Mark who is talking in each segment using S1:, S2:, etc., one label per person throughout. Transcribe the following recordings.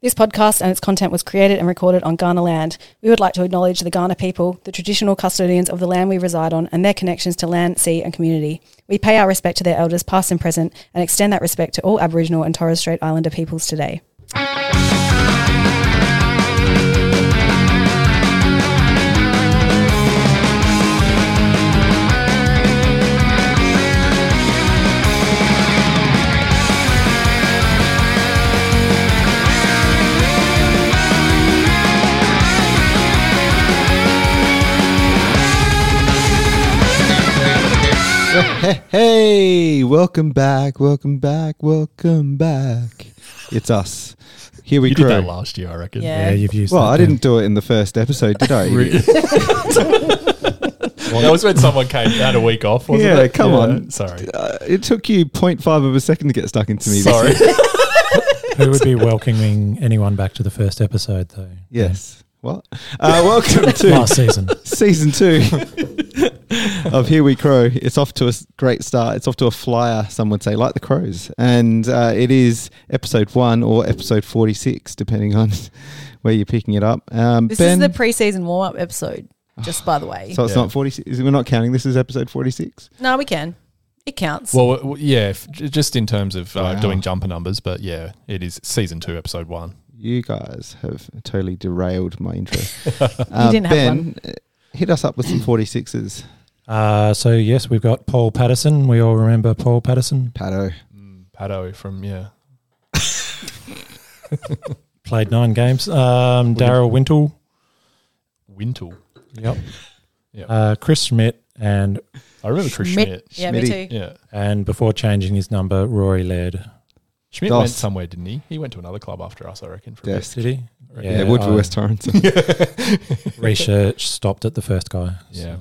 S1: This podcast and its content was created and recorded on Ghana land. We would like to acknowledge the Ghana people, the traditional custodians of the land we reside on, and their connections to land, sea, and community. We pay our respect to their elders, past and present, and extend that respect to all Aboriginal and Torres Strait Islander peoples today.
S2: Hey, hey, welcome back, welcome back, welcome back. It's us. Here we
S3: You
S2: crew.
S3: did that last year, I reckon.
S1: Yeah.
S4: Yeah, you've used.
S2: Well,
S4: that
S2: I
S4: then.
S2: didn't do it in the first episode, did I?
S3: That was when someone came had a week off, wasn't
S2: Yeah,
S3: it?
S2: come on.
S3: Sorry.
S2: Uh, it took you 0.5 of a second to get stuck into me.
S3: Sorry.
S4: Who would be welcoming anyone back to the first episode though?
S2: Yes. What? Uh, welcome to
S4: Last season.
S2: season two of Here We Crow. It's off to a s- great start. It's off to a flyer, some would say, like the crows. And uh, it is episode one or episode 46, depending on where you're picking it up. Um,
S5: This
S2: ben,
S5: is the preseason warm up episode, just by the way.
S2: So it's
S3: Yeah.
S2: not 46. We're not counting. This is episode 46.
S5: no, we can. It counts.
S3: Well, w- w- yeah, if, j- just in terms of uh,
S2: Wow.
S3: doing jumper numbers, but yeah, it is season two, episode one.
S2: You guys have totally derailed my interest.
S5: You didn't have
S2: ben,
S5: one.
S2: uh, hit us up with some 46s.
S4: Uh, so yes, we've got Paul Patterson. We all remember Paul Patterson.
S2: Pato.
S3: Mm, Pato from, yeah.
S4: Played nine games. Um, Daryl Wintle.
S3: Wintle.
S4: Yep.
S3: Yep.
S4: Uh, Chris Schmidt and
S3: I remember Chris
S5: Schmidt.
S3: Schmidt.
S5: yeah,
S2: Schmitty.
S5: me too.
S3: Yeah.
S4: and before changing his number, Rory Laird.
S3: Schmidt
S2: Dos.
S3: went somewhere, didn't he? He went to another club after us, I reckon. For a bit.
S2: Yes.
S4: Did he?
S2: Yeah,
S3: I reckon.
S4: Yeah,
S2: Woodville
S4: I-
S2: West Torrens.
S4: Research stopped at the first guy.
S3: Yeah.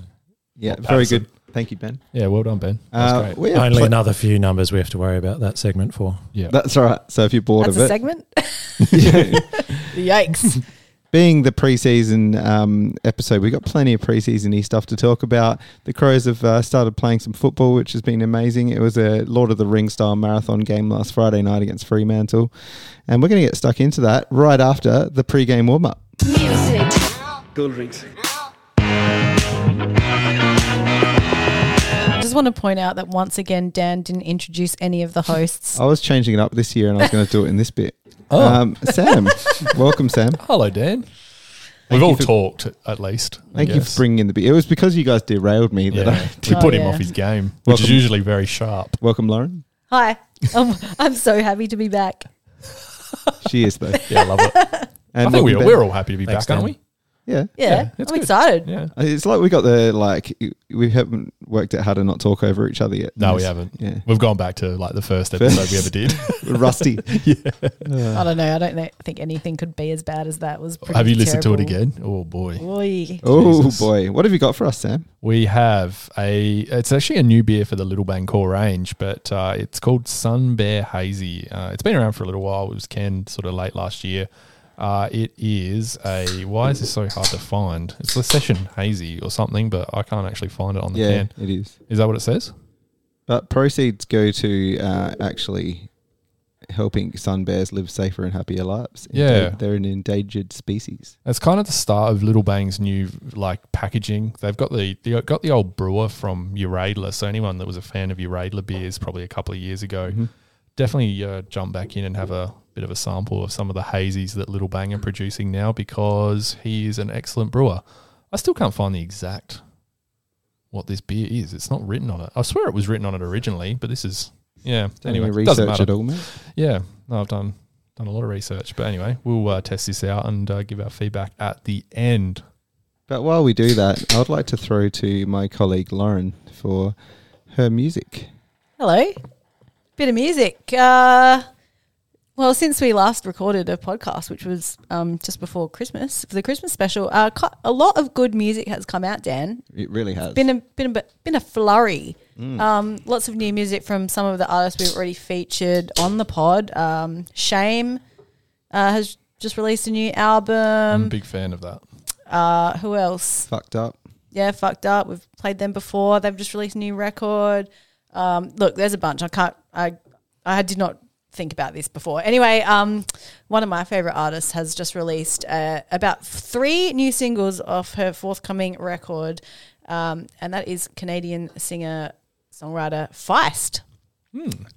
S2: yeah,
S3: Well,
S2: very
S3: Patterson.
S2: good. Thank you, Ben.
S3: Yeah, well done, Ben. That was
S2: Uh,
S3: great.
S2: we have
S4: Only
S2: pl-
S4: another few numbers we have to worry about that segment for.
S3: Yeah.
S2: That's all right. So if you're bored
S5: That's a
S2: of
S5: segment.
S2: it,
S5: Yikes.
S2: being the preseason um, episode, we've got plenty of preseason y stuff to talk about. The Crows have uh, started playing some football, which has been amazing. It was a Lord of the Ring style marathon game last Friday night against Fremantle. And we're going to get stuck into that right after the pre-game warm up.
S5: I just want to point out that once again, Dan didn't introduce any of the hosts.
S3: Oh.
S2: I was changing it up this year and I was going to do it in this bit. Um, Sam, welcome, Sam.
S3: Hello, Dan.
S2: Thank
S3: We've
S2: you
S3: all
S2: for-
S3: talked, at least. I
S2: Thank you
S3: guess.
S2: for bringing in the bit. It was because you guys derailed me that I
S3: Yeah.
S2: did.
S3: We put
S5: Oh,
S3: him
S5: yeah.
S3: off his game, which is
S2: Welcome.
S3: usually very sharp.
S2: Welcome, Lauren.
S5: Hi. I'm, I'm so happy to be back.
S2: She is, though.
S3: Yeah, I love it.
S2: And
S3: I think we,
S2: welcome, Ben.
S3: we're all happy to be
S4: Thanks,
S3: back, aren't
S4: Dan.
S3: we?
S2: Yeah.
S5: Yeah,
S3: Yeah, that's
S5: I'm
S3: good.
S5: excited.
S3: Yeah.
S2: It's like we got the, like, we haven't worked out how to not talk over each other yet.
S3: No, we
S2: Yes.
S3: haven't.
S2: Yeah.
S3: We've gone back to like the first episode we ever did.
S2: We're rusty.
S5: I don't know. I don't know, think anything could be as bad as that. It was pretty
S3: have you listened to it
S5: terrible.
S3: again? Oh boy.
S5: Oi.
S2: oh,
S3: Jesus.
S2: boy. What have you got for us, Sam?
S3: We have a it's actually a new beer for the Little Bangkor range, but uh, it's called Sun Bear Hazy. Uh, it's been around for a little while. It was canned sort of late last year. Uh, it is a why is this so hard to find? It's a session hazy or something, but I can't actually find it on the
S2: Yeah,
S3: can.
S2: it is.
S3: Is that what it says?
S2: But proceeds go to uh, actually helping sun bears live safer and happier lives.
S3: Yeah.
S2: Enda- They're an endangered species.
S3: It's kind of the start of Little Bang's new like packaging. They've got the they got the old brewer from Uradler. So anyone that was a fan of Uradler beers probably a couple of years ago,
S2: Mm-hmm.
S3: definitely uh, jump back in and have a bit of a sample of some of the hazies that Little Bang are producing now because he is an excellent brewer. I still can't find the exact what this beer is. It's not written on it. I swear it was written on it originally, but this is yeah.
S2: Don't
S3: anyway,
S2: you
S3: it doesn't
S2: research
S3: matter.
S2: at all, mate.
S3: Yeah, no, I've done done a lot of research, but anyway, we'll uh, test this out and uh, give our feedback at the end.
S2: But while we do that, I would like to throw to my colleague Lauren for her music.
S5: Hello. Bit of music. Uh, well, since we last recorded a podcast, which was um, just before Christmas for the Christmas special, uh, cu- a lot of good music has come out. Dan,
S2: It really has.
S5: been a been a bit- been a flurry. Um, lots of new music from some of the artists we've already featured on the pod. Um, Shame uh, has just released a new
S3: I'm a
S5: album.
S3: big fan of that.
S5: Uh, who else?
S2: fucked up.
S5: yeah, fucked up. We've played them before. They've just released a new record. Um, look, there's a bunch. I can't. I I did not think about this before. Anyway, um, one of my favorite artists has just released uh, about three new singles off her forthcoming record, um, and that is Canadian singer songwriter Feist,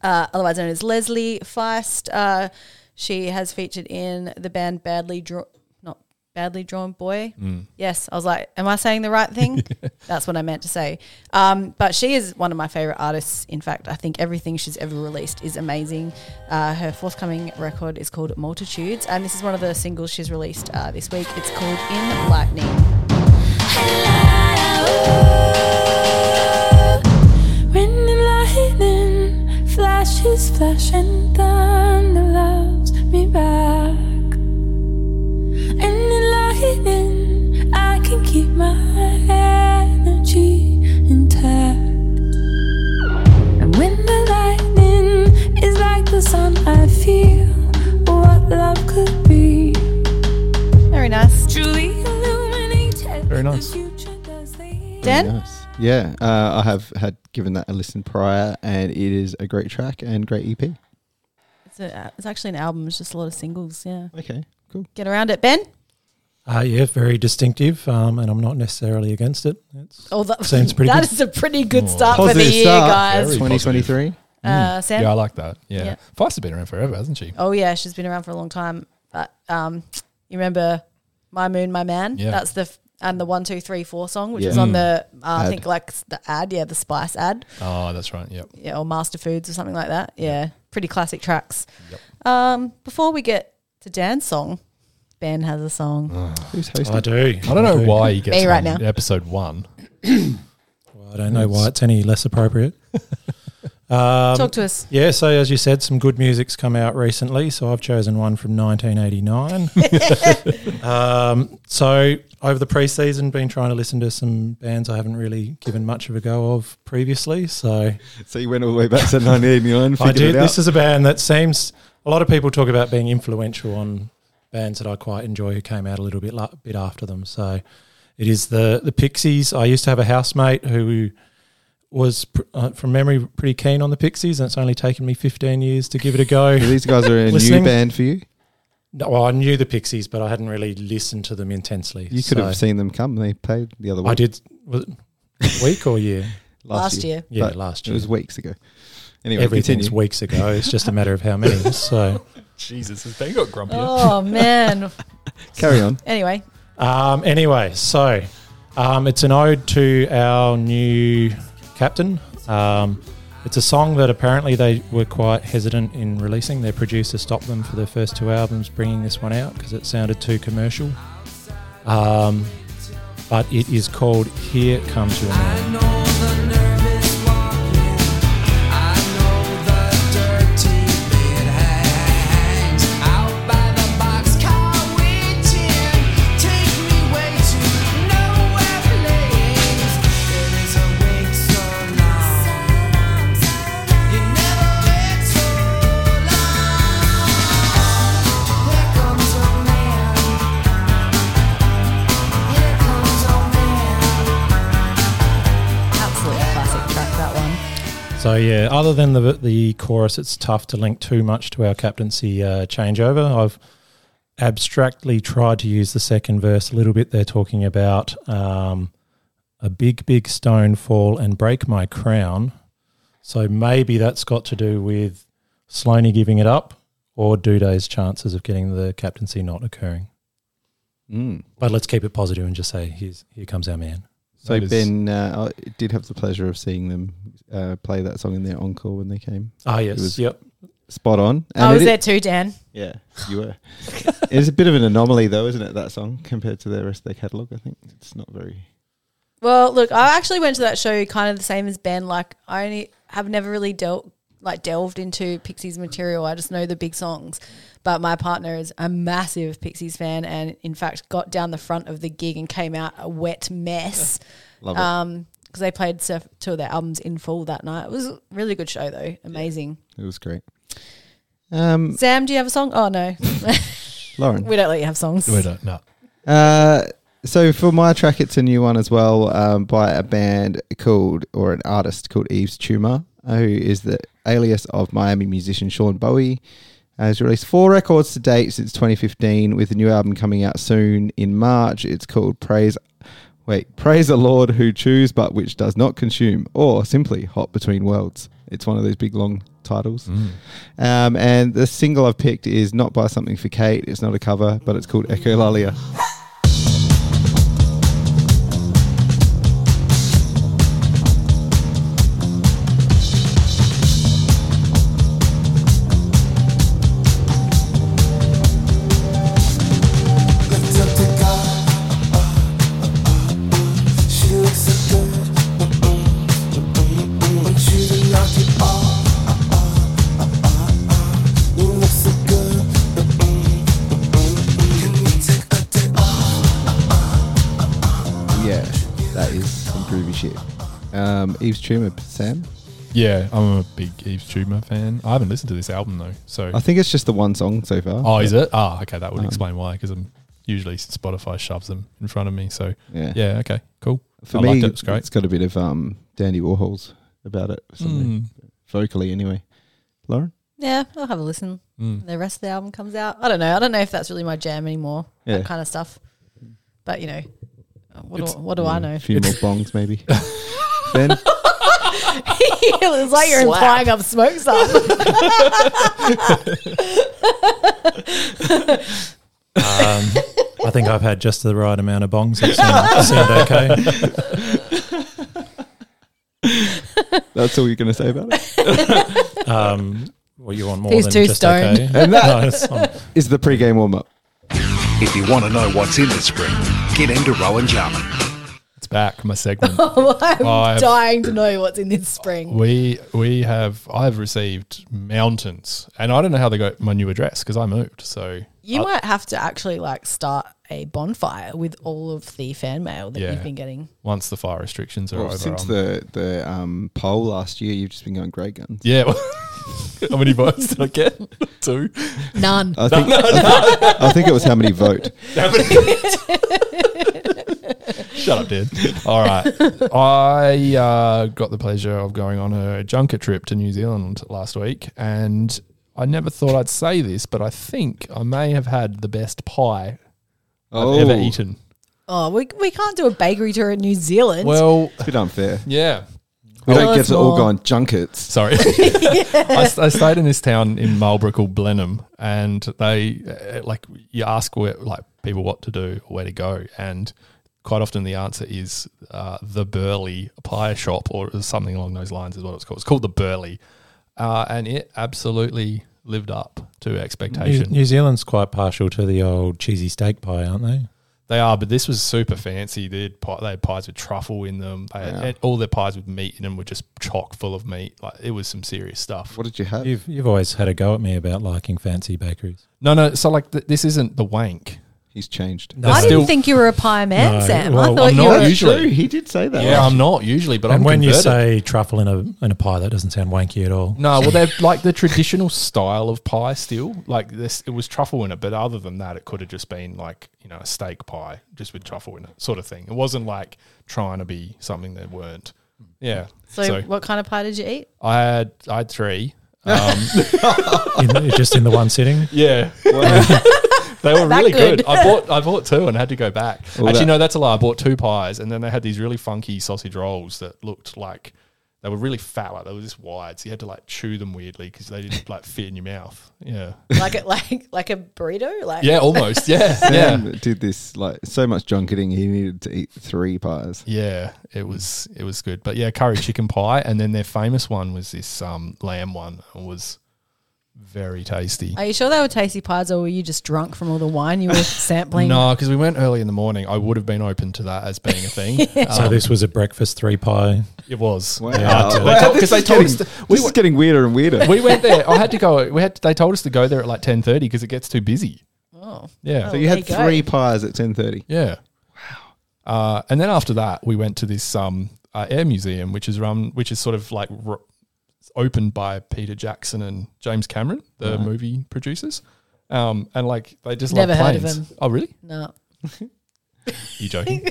S5: uh, otherwise known as Leslie Feist. Uh, she has featured in the band Badly Drawn. not Badly drawn boy. Yes, I was like, "Am I saying the right thing?" That's what I meant to say. Um, but she is one of my favorite artists. In fact, I think everything she's ever released is amazing. Uh, her forthcoming record is called Multitudes, and this is one of the singles she's released uh, this week. It's called In Lightning.
S6: When the lightning flashes, flash and thunder loves me back. And the lightning, I can keep my energy intact. And when the lightning is like the sun, I feel what love could be.
S5: Very nice.
S6: Truly illuminated.
S3: Very nice.
S6: The future does lead.
S5: Dan?
S2: Yes. Yeah, uh, I have had given that a listen prior, and it is a great track and great E EP.
S5: It's, a, it's actually an album. It's just a lot of singles. Yeah,
S2: Okay, cool.
S5: get around it, Ben.
S4: Uh, yeah, very distinctive, um, and I'm not necessarily against it. It's,
S5: Oh, that,
S4: Sounds pretty
S5: that
S4: good.
S5: is a pretty good
S3: Oh.
S5: start for the
S2: Positive
S5: year,
S2: start.
S5: guys.
S3: Very-
S2: 2023.
S5: Uh, Sam.
S3: Yeah, I like that. Yeah.
S5: Yeah.
S3: Feist has been around forever, hasn't she?
S5: Oh yeah, she's been around for a long time. But um, you remember "My Moon, My Man"?
S3: Yeah.
S5: That's the f- and the one, two, three, four song, which
S2: Yeah.
S5: was on the uh, I
S2: Ad.
S5: think like s- the ad, yeah, the Spice ad,
S3: Oh, that's right. Yep.
S5: yeah, or Master Foods or something like that. Yeah, pretty classic tracks. Um, before we get to Dan's song, Ben has a song.
S2: Who's hosting?
S4: I do.
S3: I don't know
S4: do.
S3: why he gets
S5: Me right
S3: one in
S5: now.
S3: episode one.
S4: Well, I don't know why it's any less appropriate. um,
S5: Talk to us.
S4: Yeah, so as you said, some good music's come out recently. So I've chosen one from 1989. um, so over the preseason, been trying to listen to some bands I haven't really given much of a go of previously. So
S2: So you went all the way back to 1989.
S4: I
S2: figured
S4: do.
S2: it out.
S4: This is a band that seems a lot of people talk about being influential on bands that I quite enjoy who came out a little bit la- bit after them. So it is the the Pixies. I used to have a housemate who was pr- uh, from memory pretty keen on the Pixies, and it's only taken me 15 years to give it a go.
S2: So these guys are a new
S4: Listening.
S2: band for you.
S4: no, well, I knew the Pixies, but I hadn't really listened to them intensely.
S2: You could
S4: So
S2: have seen them come. They played the other week.
S4: I did. Was it week or year?
S5: Last year.
S4: Yeah,
S2: But
S4: last
S2: It
S4: year.
S2: was weeks ago. Anyway,
S4: Everything's
S2: continue.
S4: weeks ago. It's just a matter of how many. So.
S3: Jesus, has Ben got grumpy?
S5: Oh man.
S2: Carry on.
S5: anyway,
S4: Um, anyway, so um, it's an ode to our new captain. Um, it's a song that apparently they were quite hesitant in releasing. Their producer stopped them for their first two albums bringing this one out because it sounded too commercial. Um, but it is called Here Comes Your Man.
S5: absolute classic track that one.
S4: So yeah, other than the the chorus, it's tough to link too much to our captaincy uh, changeover. I've abstractly tried to use the second verse a little bit. They're talking about um, a big, big stone fall and break my crown. So maybe that's got to do with Sloaney giving it up or Duday's chances of getting the captaincy not occurring.
S2: Mm.
S4: But let's keep it positive and just say, here's, here comes our man.
S2: So
S3: That is-
S2: Ben, uh, I did have the pleasure of seeing them uh, play that song in their encore when they came.
S4: Ah,
S2: It was-
S4: yes. Yep.
S2: Spot on.
S5: I was Oh,
S2: it
S5: there
S2: i-
S5: too, Dan.
S2: Yeah, you were. it's a bit of an anomaly, though, isn't it? That song compared to the rest of their catalogue. I think it's not very.
S5: Well, look, I actually went to that show kind of the same as Ben. Like, I only have never really dealt like delved into Pixies material. I just know the big songs. But my partner is a massive Pixies fan, and in fact, got down the front of the gig and came out a wet mess
S2: Love it.
S5: um, because they played surf, two of their albums in full that night. It was a really good show, though. Amazing.
S2: It was great. Um,
S5: Sam, do you have a song? Oh no,
S2: Lauren.
S5: we don't let you have songs.
S3: Oh. We don't know.
S2: Uh, so for my track, it's a new one as well um, by a band called or an artist called Eve's Tumor. who is the alias of Miami musician Sean Bowie, Uh, has released four records to date since 2015, with a new album coming out soon in March. It's called Praise. Wait, praise the Lord who chews but which does not consume, or simply Hot Between Worlds. It's one of those big long titles. Um, and the single I've picked is Not Buy Something for Kate. It's not a cover, but it's called Echolalia. Yeah, that is some groovy shit. Um, Eve's Tumor, Sam.
S3: Yeah, I'm a big Eve Schumer fan. I haven't listened to this album though, so
S2: I think it's just the one song so far.
S3: oh, is it? Ah, okay, that would
S2: Um,
S3: explain why. Because I'm usually Spotify shoves them in front of me. So
S2: Yeah.
S3: yeah, okay, cool.
S2: For
S3: I
S2: me,
S3: liked it. It's great.
S2: it's got a bit of um, Dandy Warhol's about it, for some reason.
S3: Mm,
S2: vocally anyway. Lauren?
S5: Yeah, I'll have a listen.
S3: mm.
S5: The rest of the album comes out. I don't know. I don't know if that's really my jam anymore.
S2: Yeah.
S5: That kind of stuff. But you know, uh, what
S3: It's-
S5: do, what do I
S2: Yeah,
S5: know?
S2: Hmm. A Mm, few more bongs, maybe. ben?
S5: it was like you're
S6: Slap.
S5: implying I've smoked some.
S4: Um, I think I've had just the right amount of bongs. It sound, sound okay.
S2: That's all you're going to say about it?
S4: Um, well, you want more
S5: He's
S4: than
S5: too
S4: just
S5: stoned.
S4: okay.
S2: And that-
S4: No, it's- I'm-
S2: Is the pre-game warm-up.
S7: If you want to know what's in the spring, get into Rowan Jarman.
S3: It's back. My segment.
S5: I'm
S3: I've-
S5: dying to know what's in this spring.
S3: We we have I've received mountains, and I don't know how they got my new address because I moved. So
S5: You
S3: I-
S5: might have to actually like start a bonfire with all of the fan mail that
S3: Yeah.
S5: you've been getting.
S3: once the fire restrictions are
S2: Well,
S3: over,
S2: since
S3: I'm-
S2: the, the um, poll last year, you've just been going grey guns.
S3: yeah. how many votes did I get? Two.
S5: None.
S2: I think, I, think, I think it was how many vote.
S3: Shut up, dude. All right. I uh, got the pleasure of going on a junket trip to New Zealand last week, and I never thought I'd say this, but I think I may have had the best pie
S2: Oh,
S3: I've ever eaten.
S5: Oh, we, we can't do a bakery tour in New Zealand.
S3: Well,
S2: It's a bit unfair.
S3: yeah.
S2: We
S5: Tell
S2: don't get
S5: us
S2: to all
S5: more.
S2: go on junkets.
S3: Sorry. I, st- I stayed in this town in Marlborough called Blenheim, and they uh, like you ask where like people what to do or where to go, and quite often the answer is uh, the Burley Pie Shop or something along those lines is what it's called. It's called the Burley, uh, and it absolutely lived up to
S4: New,
S3: expectation.
S4: New Zealand's quite partial to the old cheesy steak pie, aren't they?
S3: They are, but this was super fancy. They had, pie, they had pies with truffle in them. They had,
S2: Yeah.
S3: and all their pies with meat in them were just chock full of meat. Like it was some serious stuff.
S2: What did you have?
S4: You've you've always had a go at me about liking fancy bakeries.
S3: No, no. So like th- this isn't the wank.
S2: He's changed.
S5: I didn't
S3: still-
S5: think you were a pie man,
S4: No,
S5: Sam.
S4: well,
S5: I thought
S3: I'm
S5: you
S3: not
S5: were.
S3: That's usually- true.
S2: He did say that.
S3: Yeah, I'm not usually, but
S4: and
S3: I'm
S4: when you
S3: converted.
S4: say truffle in a in a pie, that doesn't sound wanky at all.
S3: no, well, they're like the traditional style of pie still. Like this, it was truffle in it, but other than that, it could have just been like you know a steak pie just with truffle in it, sort of thing. It wasn't like trying to be something they weren't. Yeah.
S5: So,
S3: So,
S5: what kind of pie did you eat?
S3: I had I had three. Um,
S4: In- just in the one sitting.
S3: yeah. They were really good.
S5: good.
S3: I bought I bought two and had to go back.
S2: Well, that-
S3: Actually, no, that's a lie. I bought two pies, and then they had these really funky sausage rolls that looked like they were really fat. Like they were this wide, so you had to like chew them weirdly because they didn't like fit in your mouth. Yeah,
S5: Like a like like a burrito? Like
S3: yeah, almost. Yeah,
S2: Sam
S3: yeah,
S2: did this like so much junketing. He needed to eat three pies.
S3: yeah. It was it was good, but yeah, curry chicken pie, and then their famous one was this um lamb one, and was very tasty.
S5: Are you sure they were tasty pies, or were you just drunk from all the wine you were sampling?
S3: No, because we went early in the morning. I would have been open to that as being a thing.
S4: So this was a breakfast three pie.
S3: It was.
S2: Wow.
S3: Because
S2: Wow,
S3: they,
S2: this,
S3: told- 'cause they
S2: is
S3: told
S2: getting,
S3: us to,
S2: this is getting weirder and weirder.
S3: we went there. I had to go. We had. They told us to go there at like ten thirty because it gets too busy.
S5: Oh.
S3: Yeah.
S2: so you had
S5: There you go.
S2: three pies at ten thirty.
S3: Yeah. Wow. Uh, and then after that, we went to this um, uh, air museum, which is run, which is sort of like r- opened by Peter Jackson and James Cameron, the movie producers. Um, and like they just
S5: Never
S3: love
S5: heard of
S3: planes.
S5: them.
S3: Oh, really?
S5: No.
S3: you joking?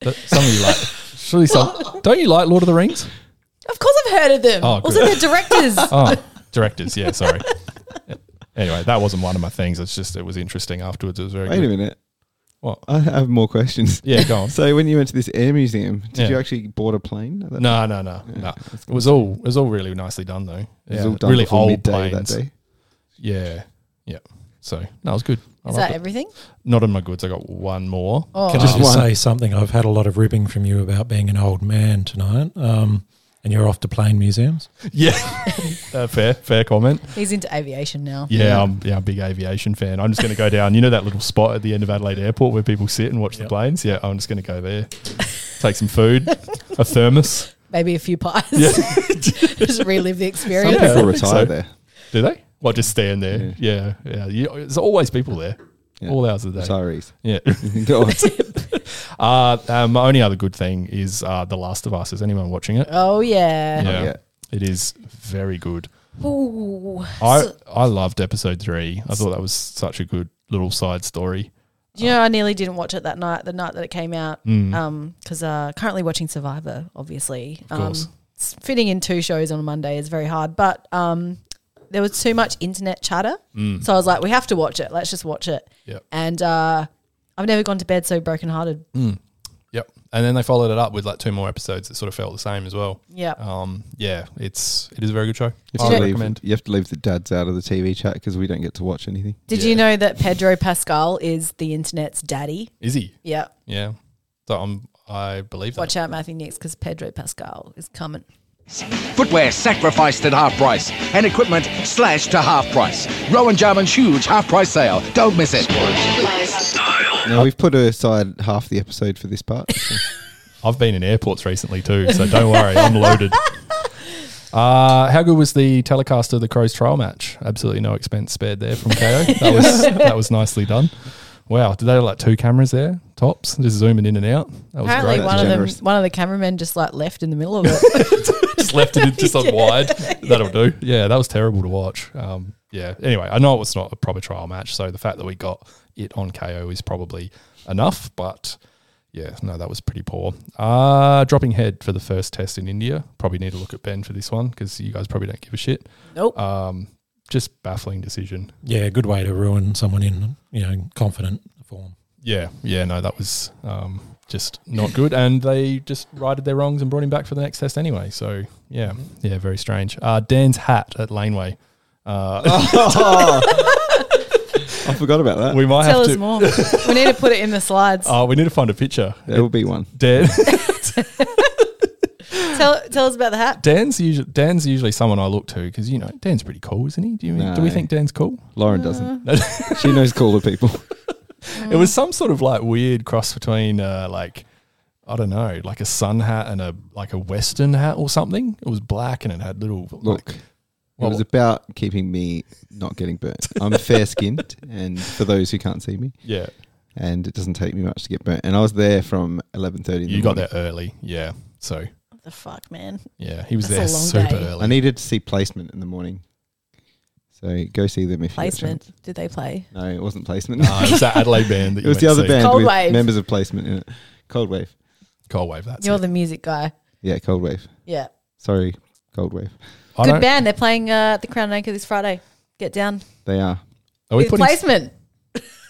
S3: But some of you like. Surely some. Don't you like Lord of the Rings?
S5: Of course, I've heard of them.
S3: Oh,
S5: also, they're
S3: good.
S5: directors.
S3: Oh, directors. Yeah, sorry. anyway, that wasn't one of my things. It's just it was interesting afterwards. It was very
S2: Wait a
S3: good.
S2: minute.
S3: What?
S2: I have more questions.
S3: Yeah, go on.
S2: So when you went to this air museum, did
S3: Yeah.
S2: you actually board a plane? at that time?
S3: No, no, no, no. It was all it was all really nicely done though.
S2: It was
S3: Yeah,
S2: all done
S3: really
S2: before
S3: old
S2: midday
S3: planes.
S2: that day.
S3: Yeah, yeah. So no, it was good. I
S5: Is
S3: liked
S5: that
S3: it.
S5: everything?
S3: not in my goods. I got one more.
S5: Oh.
S4: Can I just
S2: Just one.
S4: say something? I've had a lot of ribbing from you about being an old man tonight, um, and you're off to plane museums.
S3: Yeah, uh, fair, fair comment.
S5: He's into aviation now.
S3: Yeah, I'm yeah, I'm a big aviation fan. I'm just going to go down. You know that little spot at the end of Adelaide Airport where people sit and watch the
S4: Yep.
S3: planes. Yeah, I'm just going to go there. Take some food, a thermos.
S5: Maybe a few pies.
S3: Yeah.
S5: Just relive the
S2: Some
S5: experience.
S3: Yeah.
S2: people retire
S3: So-
S2: there.
S3: Do they? Well, just stand there. Yeah, yeah. You, there's always people there.
S2: Yeah.
S3: All hours of the day.
S2: Retirees.
S3: Yeah.
S2: Go on.
S3: Uh, um, my only other good thing is uh, The Last of Us. Is anyone watching it?
S5: Oh yeah.
S3: yeah.
S2: yeah.
S3: It is very good.
S5: Ooh.
S3: I,
S5: So-
S3: I loved episode three. I thought that was such a good little side story.
S5: Do you know, I nearly didn't watch it that night, the night that it came out,
S3: Mm.
S5: because uh, currently watching Survivor, obviously.
S3: Of course.
S5: Um, s- fitting in two shows on a Monday is very hard, but um, there was too much internet chatter.
S3: Mm.
S5: So I was like, we have to watch it. Let's just watch it.
S3: Yep.
S5: And uh, I've never gone to bed so brokenhearted.
S3: Yep. And then they followed it up with like two more episodes that sort of felt the same as well.
S5: Yeah.
S3: Um, yeah, it's it is a very good show.
S2: You
S3: I
S2: have, to
S3: would
S2: leave,
S3: recommend.
S2: you have to leave the dads out of the TV chat because we don't get to watch anything.
S5: Did
S3: Yeah.
S5: you know that Pedro Pascal is the internet's daddy?
S3: Is he?
S5: Yeah.
S3: Yeah. So I'm I believe that.
S5: Watch out, Matthew Nix, because Pedro Pascal is coming.
S7: Footwear sacrificed at half price and equipment slashed to half price. Rowan Jarman's huge half price sale. Don't miss it.
S2: Now, we've put aside half the episode for this part.
S3: I've been in airports recently too, so don't worry, I'm loaded. Uh, how good was the telecast of the Crows trial match? Absolutely no expense spared there from KO. That was that was nicely done. Wow, did they have like two cameras there, tops, just zooming in and out? That was
S5: Apparently,
S3: great.
S5: one of
S2: generous.
S5: them, one of the cameramen, just like left in the middle of it.
S3: just left it just on wide. That'll do. Yeah, that was terrible to watch. Um, yeah. Anyway, I know it was not a proper trial match, so the fact that we got it on KO is probably enough. But yeah, no, that was pretty poor. Uh, dropping head for the first test in India. Probably need to look at Ben for this one because you guys probably don't give a shit.
S5: nope.
S3: Um, just baffling decision.
S4: Yeah, good way to ruin someone in you know confident form.
S3: Yeah, yeah, no, that was um, just not good. And they just righted their wrongs and brought him back for the next test anyway. So, yeah,
S2: Mm-hmm.
S3: yeah, very strange. Uh, Dan's hat at Laneway. Uh,
S2: I forgot about that.
S3: we might
S5: Tell
S3: have
S5: us
S3: to.
S5: more. we need to put it in the slides.
S3: Uh, we need to find a picture.
S2: There will be one.
S3: Dan,
S5: tell, tell us about the hat.
S3: Dan's usually Dan's usually someone I look to because you know Dan's pretty cool, isn't he? Do you do we
S2: No.
S3: think Dan's cool?
S2: Lauren
S3: Uh.
S2: doesn't. she knows cooler people.
S3: It was some sort of like weird cross between uh, like I don't know, like a sun hat and a like a western hat or something. It was black and it had little
S2: Look,
S3: like,
S2: it was about keeping me not getting burnt. I'm fair skinned, and for those who can't see me,
S3: yeah.
S2: and it doesn't take me much to get burnt. And I was there from 11:30. in the
S3: You got
S2: morning.
S3: there early, yeah. So
S5: What the fuck, man?
S3: yeah, he was
S5: That's a long
S3: there super
S5: day.
S3: early.
S2: I needed to see placement in the morning, so go see them if
S5: Placement.
S2: you
S5: Did they play?
S2: get a chance. No, it wasn't placement.
S3: No, Uh, it was that Adelaide band that
S2: it
S3: you
S2: was
S3: went
S2: the
S3: to
S2: other
S3: see.
S2: band
S5: Cold
S2: with
S5: Wave.
S2: members of placement in it. Cold wave.
S3: Cold Wave. That's
S5: You're
S3: it.
S5: the music guy.
S2: Yeah, cold wave.
S5: Yeah.
S2: Sorry, cold wave.
S3: I
S5: Good
S3: don't-
S5: band. They're playing uh, at the Crown and Anchor this Friday. Get down.
S2: They are.
S3: Are we
S5: It's
S3: putting?
S5: placement.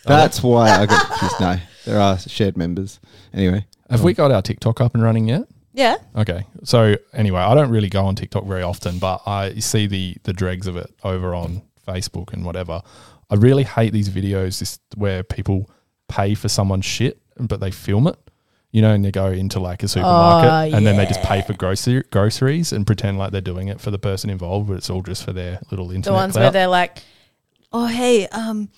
S2: That's why I got confused. No, there are shared members. Anyway,
S3: Have we got our TikTok up and running yet?
S5: Yeah.
S3: Okay. So anyway, I don't really go on TikTok very often, but I see the the dregs of it over on Facebook and whatever. I really hate these videos this, where people pay for someone's shit, but they film it. You know, and they go into like a supermarket
S5: Oh,
S3: and then they just pay for grocery, groceries and pretend like they're doing it for the person involved, but it's all just for their little internet.
S5: The ones
S3: clout.
S5: where they're like, "Oh hey, um,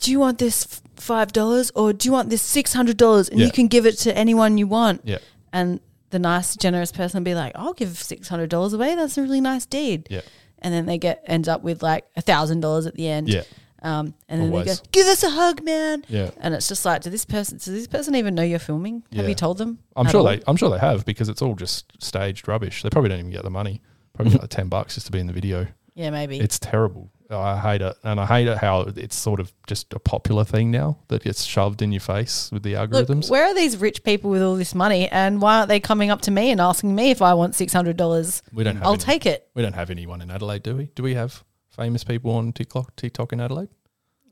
S5: do you want this f- five dollars or do you want this six hundred dollars?" And
S3: Yeah.
S5: you can give it to anyone you want.
S3: Yeah.
S5: And the nice, generous person be like, "I'll give six hundred dollars away. That's a really nice deed."
S3: Yeah.
S5: And then they get end up with like a thousand dollars at the end.
S3: Yeah.
S5: Um, and then
S3: Always.
S5: they go, "Give us a hug, man."
S3: Yeah.
S5: And it's just like, do this person? Does this person even know you're filming?
S3: Yeah.
S5: Have you told them?
S3: I'm
S5: at
S3: sure
S5: all?
S3: they I'm sure they have because it's all just
S5: Mm-hmm.
S3: staged rubbish. They probably don't even get the money. Probably got the ten bucks just to be in the video.
S5: Yeah, maybe.
S3: It's terrible. I hate it, and I hate it how it's sort of just a popular thing now that gets shoved in your face with the
S5: Look,
S3: algorithms.
S5: where are these rich people with all this money, and why aren't they coming up to me and asking me if I want six hundred dollars?
S3: we don't. Have
S5: I'll
S3: any-
S5: take it.
S3: We don't have anyone in Adelaide, do we? Do we have famous people on TikTok, TikTok in Adelaide?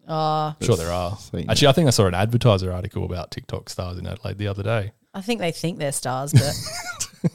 S5: Uh,
S3: Sure, there are.
S2: Sweet.
S3: Actually, I think I saw an advertiser article about TikTok stars in Adelaide the other day.
S5: I think they think they're stars, but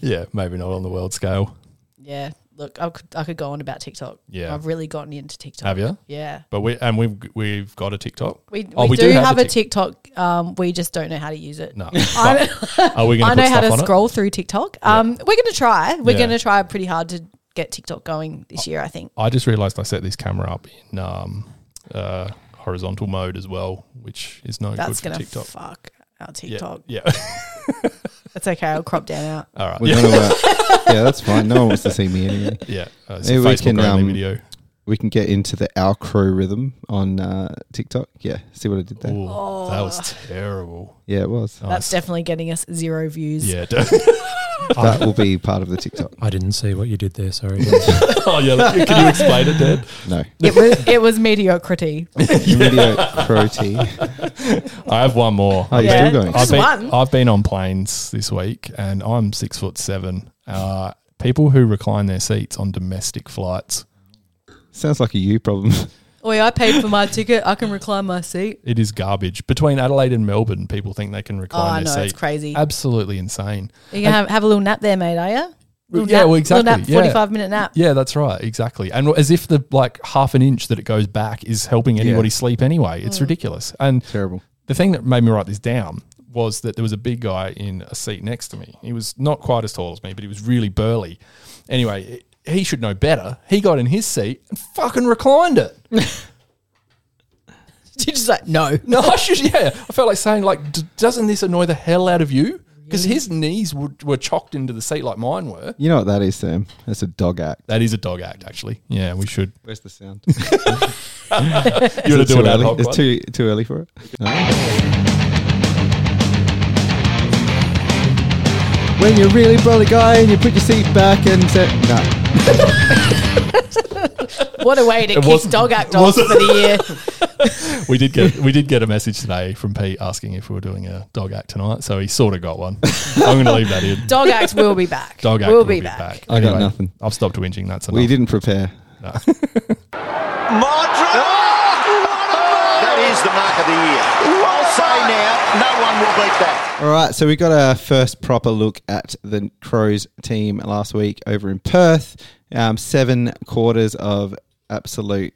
S3: Yeah, maybe not on the world scale.
S5: yeah. Look, I could I could go on about TikTok.
S3: Yeah.
S5: I've really gotten into TikTok.
S3: Have you?
S5: Yeah,
S3: But we and we've we've got a TikTok.
S5: we, we,
S3: Oh, we
S5: do,
S3: do have
S5: have,
S3: a
S5: a TikTok. Um, we just don't know how to use it.
S3: No.
S5: I
S3: But are we going
S5: I
S3: to put
S5: know how
S3: stuff
S5: to
S3: on
S5: scroll through TikTok. Um, we're going to try. We're
S3: Yeah. Oh.
S5: going to try pretty hard to get TikTok going this year. I think.
S3: it? I just realised I set this camera up in um, uh, horizontal mode as well, which is no
S5: That's
S3: good
S5: going
S3: for
S5: to
S3: TikTok.
S5: fuck our
S3: yeah,
S5: TikTok.
S3: yeah.
S5: That's okay. I'll crop down out.
S3: All right.
S2: We're
S3: Yeah,
S2: gonna, uh, yeah, that's fine. No one wants to see me anyway.
S3: yeah. Uh, it's
S2: Maybe
S3: a
S2: we
S3: Facebook
S2: can,
S3: only
S2: um,
S3: video.
S2: We can get into the our crew rhythm on uh, TikTok. Yeah, see what I did there.
S3: Ooh, that was terrible.
S2: Yeah, it was.
S5: That's Oh. definitely getting us zero views.
S3: Oh, Yeah.
S2: That will be part of the TikTok.
S4: I didn't see what you did there. Sorry. guys.
S3: oh yeah. that- Can you explain it, Dad?
S2: No,
S5: It was it was mediocrity.
S2: video crew tea.
S3: I have one more.
S2: Oh, you're
S5: Yeah.
S2: still going.
S5: Just
S3: I've been,
S5: one.
S3: I've been on planes this week and I'm six foot seven. Uh, people who recline their seats on domestic flights,
S2: Sounds like a you problem.
S5: Oh, yeah, I paid for my ticket. I can recline my seat.
S3: it is garbage. Between Adelaide and Melbourne, people think they can
S5: Oh, I
S3: recline
S5: know
S3: their
S5: it's
S3: seat.
S5: crazy.
S3: Absolutely insane.
S5: You can have, have a little nap there, mate. Are you? Little
S3: yeah,
S5: nap,
S3: well,
S5: Little
S3: exactly.
S5: nap,
S3: Yeah.
S5: forty-five minute nap.
S3: Yeah, that's right. Exactly. And as if the like half an inch that it goes back is helping anybody sleep anyway. It's ridiculous. And
S2: Terrible.
S3: the thing that made me write this down was that there was a big guy in a seat next to me. He was not quite as tall as me, but he was really burly. Anyway, he should know better. He got in his seat and fucking reclined it.
S5: You're just like no.
S3: No, I should. Yeah, I felt like saying like, D- doesn't this annoy the hell out of you? Because his knees would, were chocked into the seat like mine were.
S2: You know what that is, Sam? That's a dog act.
S3: That is a dog act, actually. Yeah, we should.
S2: Where's the sound?
S3: You want
S2: It's too
S3: to do an ad
S2: early?
S3: hoc
S2: It's
S3: one?
S2: too too early for it. When you're really brother guy and you put your seat back and say, no,
S5: What a way to kick
S3: wasn't-
S5: dog act
S3: it
S5: off for
S3: wasn't-
S5: the year.
S3: We did get we did get a message today from Pete asking if we were doing a dog act tonight. So he sort of got one. I'm going to leave that in.
S5: Dog act will be back.
S3: Dog act
S5: will be, back.
S2: I got nothing.
S3: I've stopped whinging. That's enough.
S2: we didn't prepare.
S8: That is the mark of the year. I'll say now, no one will beat that.
S2: All right, so we got our first proper look at the Crows team last week over in Perth. Um, seven quarters of absolute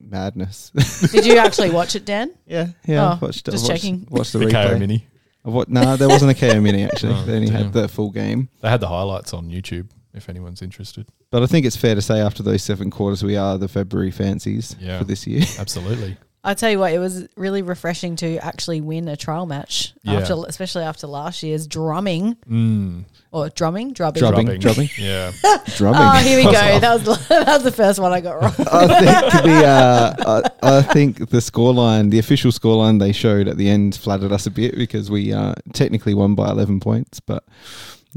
S2: madness.
S5: Did you actually watch it, Dan?
S2: yeah, yeah.
S5: Oh, just
S2: watched,
S5: checking.
S2: Watched the,
S3: the
S2: replay.
S3: KO mini.
S2: What? No, there wasn't a KO mini actually.
S3: Oh,
S2: they only
S3: damn.
S2: had the full game.
S3: They had the highlights on YouTube. If anyone's interested,
S2: But I think it's fair to say after those seven quarters, we are the February fancies
S3: Yeah.
S2: for this year.
S3: absolutely.
S5: I tell you what, it was really refreshing to actually win a trial match
S3: Yeah.
S5: after, especially after last year's drumming
S3: Mm.
S5: or drumming, drubbing.
S2: Drubbing. drubbing.
S3: Yeah.
S2: Drumming.
S5: Oh, here we go. That was that was the first one I got wrong.
S2: I think the uh, I, I think the scoreline, the official scoreline they showed at the end, flattered us a bit because we uh, technically won by eleven points, but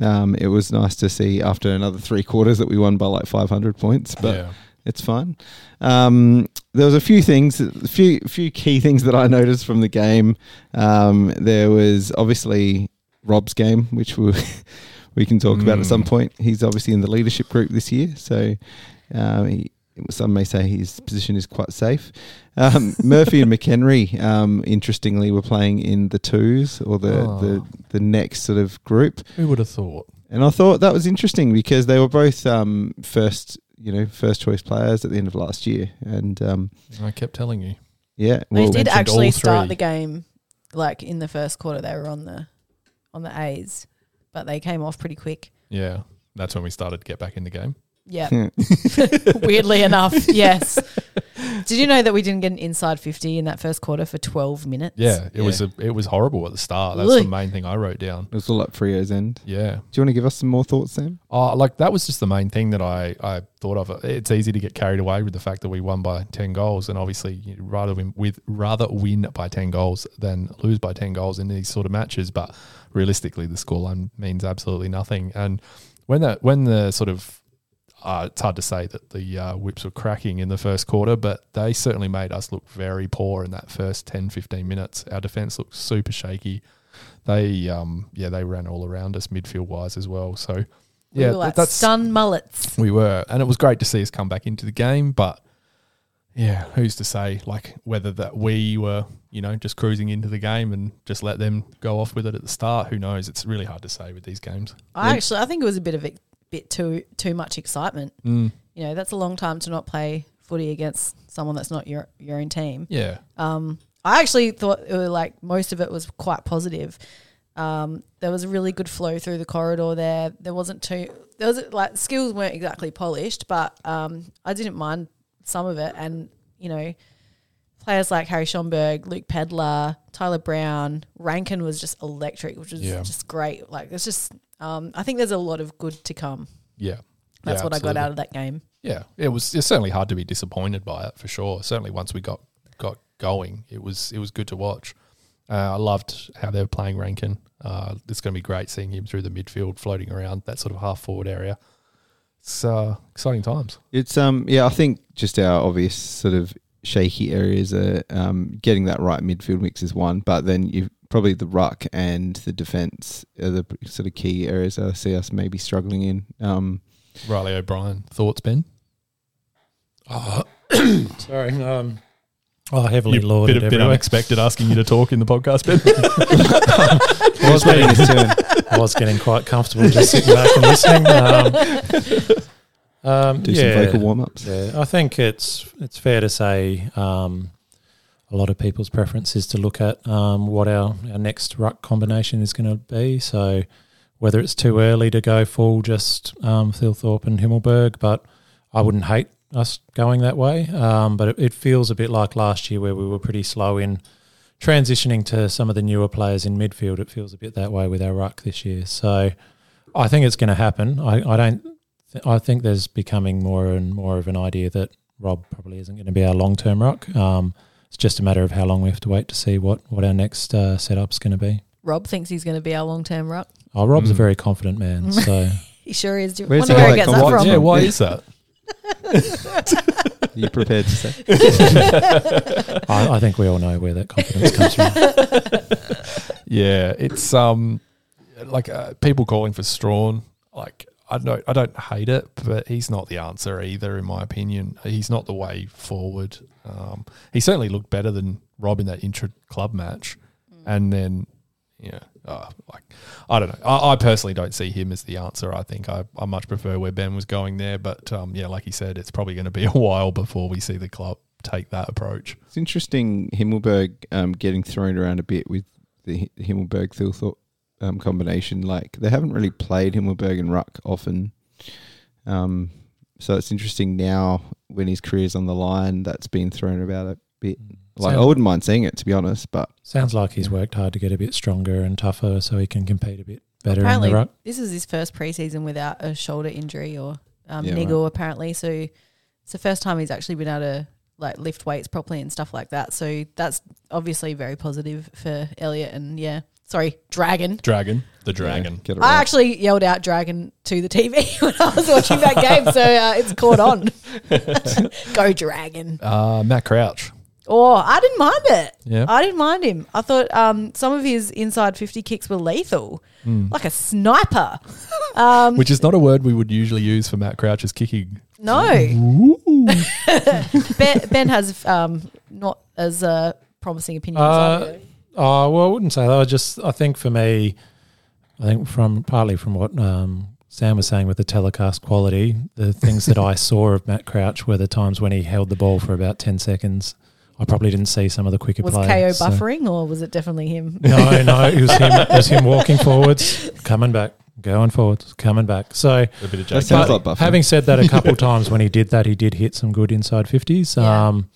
S2: um, it was nice to see after another three quarters that we won by like five hundred points. But
S3: yeah.
S2: it's fine. Um, there was a few things, a few few key things that I noticed from the game. Um, there was obviously Rob's game, which we we can talk about at some point. He's obviously in the leadership group this year, so um, he, some may say his position is quite safe. Um, Murphy and McHenry, um, interestingly, were playing in the twos or the, the
S3: Oh.
S2: the next sort of group.
S3: Who would have thought?
S2: And I thought that was interesting because they were both um, first, you know, first choice players at the end of last year, and um,
S3: I kept telling you.
S2: yeah,
S5: They
S2: well,
S5: did
S3: mentioned
S5: actually
S3: all
S5: start
S3: three.
S5: the game like in the first quarter. They were on the on the A's, but they came off pretty quick.
S3: Yeah. That's when we started to get back in the game.
S5: Yeah, weirdly enough, yes. Did you know that we didn't get an inside fifty in that first quarter for twelve minutes?
S3: Yeah. It
S2: Yeah.
S3: was a, it was horrible at the start. That's
S5: Really?
S3: the main thing I wrote down.
S2: it was all up Frio's end.
S3: Yeah.
S2: Do you want to give us some more thoughts, Sam?
S3: Uh, like that was just the main thing that I, I thought of. It's easy to get carried away with the fact that we won by ten goals, and obviously you'd rather win with rather win by ten goals than lose by ten goals in these sort of matches. But realistically, the scoreline means absolutely nothing. And when that when the sort of uh, it's hard to say that the uh, whips were cracking in the first quarter, but they certainly made us look very poor in that first 10, 15 minutes. Our defense looked super shaky. They, um, yeah, they ran all around us midfield wise as well. So, yeah,
S5: we were like
S3: that's
S5: stun mullets.
S3: we were, and it was great to see us come back into the game. But yeah, who's to say like whether that we were you know just cruising into the game and just let them go off with it at the start? Who knows? It's really hard to say with these games.
S5: I actually, I think it was a bit of a bit too too much excitement. You know, that's a long time to not play footy against someone that's not your your own team.
S3: Yeah,
S5: Um, I actually thought it was like most of it was quite positive. Um, there was a really good flow through the corridor there. There wasn't too there was like skills weren't exactly polished, but um, I didn't mind some of it. And you know, players like Harry Schomburg, Luke Pedler, Tyler Brown, Rankin was just electric, which was
S3: Yeah.
S5: just great. Like it's just um, I think there's a lot of good to come.
S3: yeah,
S5: That's
S3: Yeah,
S5: what I
S3: absolutely.
S5: got out of that game.
S3: Yeah, it was it's certainly hard to be disappointed by it for sure. Certainly once we got got going, it was it was good to watch. Uh, I loved how they were playing Rankin. Uh, it's going to be great seeing him through the midfield, floating around that sort of half forward area. It's uh, exciting times.
S2: It's um yeah, I think just our obvious sort of shaky areas are um, getting that right midfield mix is one, but then you probably the ruck and the defence are the sort of key areas I see us maybe struggling in. Um,
S3: Riley O'Brien, thoughts, Ben? Oh,
S4: Sorry. Um, oh, heavily
S3: a
S4: lauded
S3: bit, bit
S4: everywhere.
S3: unexpected asking you to talk in the podcast, Ben.
S4: I was, getting, I was getting quite comfortable just sitting back and listening. Um, um,
S2: do
S4: yeah.
S2: some vocal warm ups.
S4: Yeah, I think it's it's fair to say um, a lot of people's preference is to look at um, what our, our next ruck combination is going to be. So whether it's too early to go full just um, Thilthorpe and Himmelberg, but I wouldn't hate us going that way. Um, but it, it feels a bit like last year where we were pretty slow in transitioning to some of the newer players in midfield. It feels a bit that way with our ruck this year. So I think it's going to happen. I, I don't th- I think there's becoming more and more of an idea that Rob probably isn't going to be our long term rock. Um, it's just a matter of how long we have to wait to see what, what our next uh, setup's going to be.
S5: Rob thinks he's going to be our long term rock.
S4: Oh, Rob's a
S3: Mm.
S4: very confident man. So
S5: He sure is. Do-
S2: Where's
S5: Wonder
S2: he
S5: where he
S2: like
S5: gets
S2: on
S5: that
S2: what-
S5: from.
S2: yeah, why is
S3: that?
S2: Are you prepared to say?
S4: I, I think we all know where that confidence comes from.
S3: Yeah, it's um like uh, people calling for Strawn. Like I don't I don't hate it, but he's not the answer either, in my opinion. He's not the way forward. Um, he certainly looked better than Rob in that intra club match, and then yeah, uh, like I don't know. I, I personally don't see him as the answer. I think I, I much prefer where Ben was going there, but um, yeah, like he said, it's probably going to be a while before we see the club take that approach.
S2: It's interesting Himmelberg um, getting thrown around a bit with the Hi- Himmelberg Thilthorpe um, combination. Like they haven't really played Himmelberg and Ruck often. Um, so it's interesting now when his career's on the line that's been thrown about a bit. Like oh.
S4: Sound-
S2: I wouldn't mind seeing it to be honest, but
S4: Sounds like he's worked hard to get a bit stronger and tougher so he can compete a bit better in the
S5: apparently
S4: ruck.
S5: this is his first preseason without a shoulder injury or um,
S2: Yeah,
S5: niggle apparently so it's the first time he's actually been able to like lift weights properly and stuff like that so that's obviously very positive for elliot and yeah sorry dragon
S3: Dragon, the
S2: yeah,
S3: dragon.
S2: get it
S5: I
S2: right.
S5: actually yelled out "dragon" to the TV when I was watching that game, so uh, it's caught on. Go dragon!
S3: Uh, Matt Crouch.
S5: Oh, I didn't mind it.
S3: Yeah.
S5: I didn't mind him. I thought um, some of his inside fifty kicks were lethal, like a sniper. Um,
S3: Which is not a word we would usually use for Matt Crouch's kicking.
S5: No. ben, ben has um, not as uh, promising opinions. on
S4: Uh,
S5: it.
S4: Oh well, I wouldn't say that. I just I think for me, I think from partly from what um, Sam was saying with the telecast quality, the things that I saw of Matt Crouch were the times when he held the ball for about ten seconds. I probably didn't see some of the quicker
S5: Was
S4: plays.
S5: KO
S4: so-
S5: buffering or was it definitely him?
S4: No, no, it was him. It was him walking forwards, coming back, going forwards, coming back. So
S3: A bit of
S2: That sounds like buffering.
S4: Having said that, a couple times when he did that, he did hit some good inside 50s.
S5: Yeah.
S4: Um,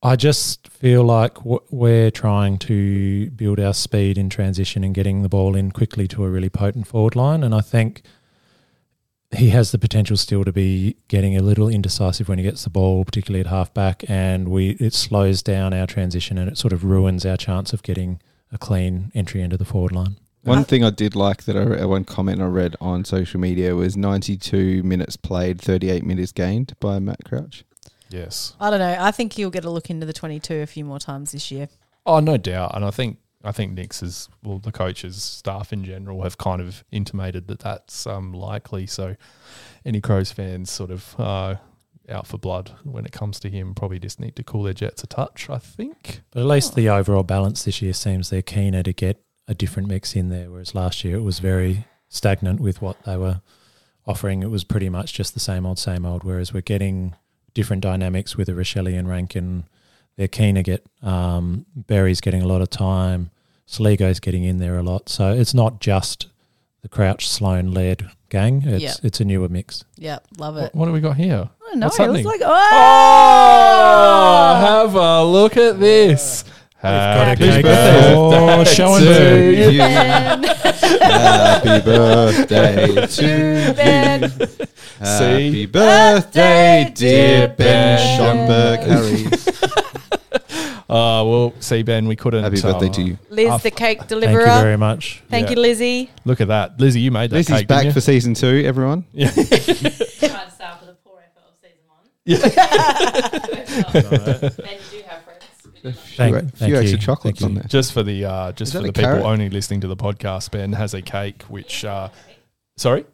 S4: I just feel like w- we're trying to build our speed in transition and getting the ball in quickly to a really potent forward line. And I think he has the potential still to be getting a little indecisive when he gets the ball, particularly at half back. And we it slows down our transition and it sort of ruins our chance of getting a clean entry into the forward line.
S2: One thing I did like that I re- one comment I read on social media was 92 minutes played, 38 minutes gained by Matt Crouch.
S3: Yes.
S5: I don't know. I think he'll get a look into the 22 a few more times this year.
S3: Oh, no doubt. And I think I think Nick's is well, the coaches, staff in general have kind of intimated that that's um, likely. So any Crows fans sort of uh, out for blood when it comes to him probably just need to cool their jets a touch. I think.
S4: But at least the overall balance this year seems they're keener to get a different mix in there, whereas last year it was very stagnant with what they were offering. It was pretty much just the same old, same old. Whereas we're getting different dynamics with the Richelli and Rankin. They're keen to get um, Berry's getting a lot of time. Sligo's getting in there a lot. So it's not just the Crouch Sloan led gang. It's
S5: Yeah.
S4: it's a newer mix.
S5: Yeah, love
S3: What,
S5: it.
S3: what do we got here?
S5: Uh, I don't know.
S3: What's
S5: It was
S3: happening?
S5: like,
S3: Oh,
S5: oh!
S3: have a look at this.
S4: Got a
S3: Happy
S4: cake
S3: birthday. Oh,
S4: for show and
S2: to
S4: food.
S2: you. Happy birthday to
S5: Ben.
S2: you. Happy birthday, dear Ben Schomburg Harry.
S3: Uh, well, see, Ben, we couldn't.
S2: Happy birthday
S3: uh,
S2: to you.
S5: Liz,
S3: Uh,
S5: the cake
S4: Thank you
S5: deliverer. Thank you,
S4: very much.
S3: Yeah.
S5: Lizzie.
S3: Look at that. Lizzie, you made that.
S2: Lizzie's
S3: cake, didn't
S2: back
S3: you?
S2: for season two, everyone.
S9: Try to start with a poor effort of season one. Yeah. then you do have friends.
S4: Thank,
S2: a few,
S4: thank you.
S2: extra chocolates
S4: Thank
S2: on
S4: you.
S2: there.
S3: just for the uh, just
S2: that
S3: for
S2: a
S3: the people
S2: carrot?
S3: only listening to the podcast, Ben has a cake which, uh, sorry,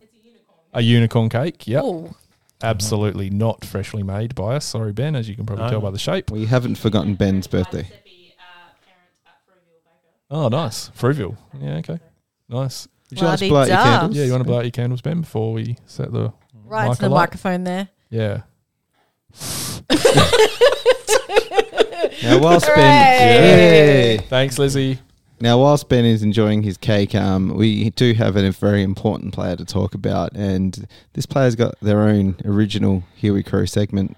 S3: a unicorn cake. Yep,
S5: Oh,
S3: absolutely not freshly made by us. Sorry, Ben, as you can probably
S4: No.
S3: tell by the shape.
S2: We haven't forgotten Ben's birthday.
S9: Mississippi uh, parent at Fruitville Baker.
S3: Oh, nice, Fruitville. Yeah, okay, nice.
S2: Would you like
S5: Bloody
S2: to blow out your
S5: duh.
S2: candles?
S3: Yeah, you want to blow out your candles, Ben, before we set the
S5: right
S3: Mic
S5: to the
S3: alight.
S5: microphone there.
S3: yeah.
S2: Now, whilst Ben,
S5: Hooray.
S2: Yay.
S3: Thanks, Lizzie.
S2: now whilst Ben is enjoying his cake, um, we do have a very important player to talk about, and this player's got their own original Here We Crew segment.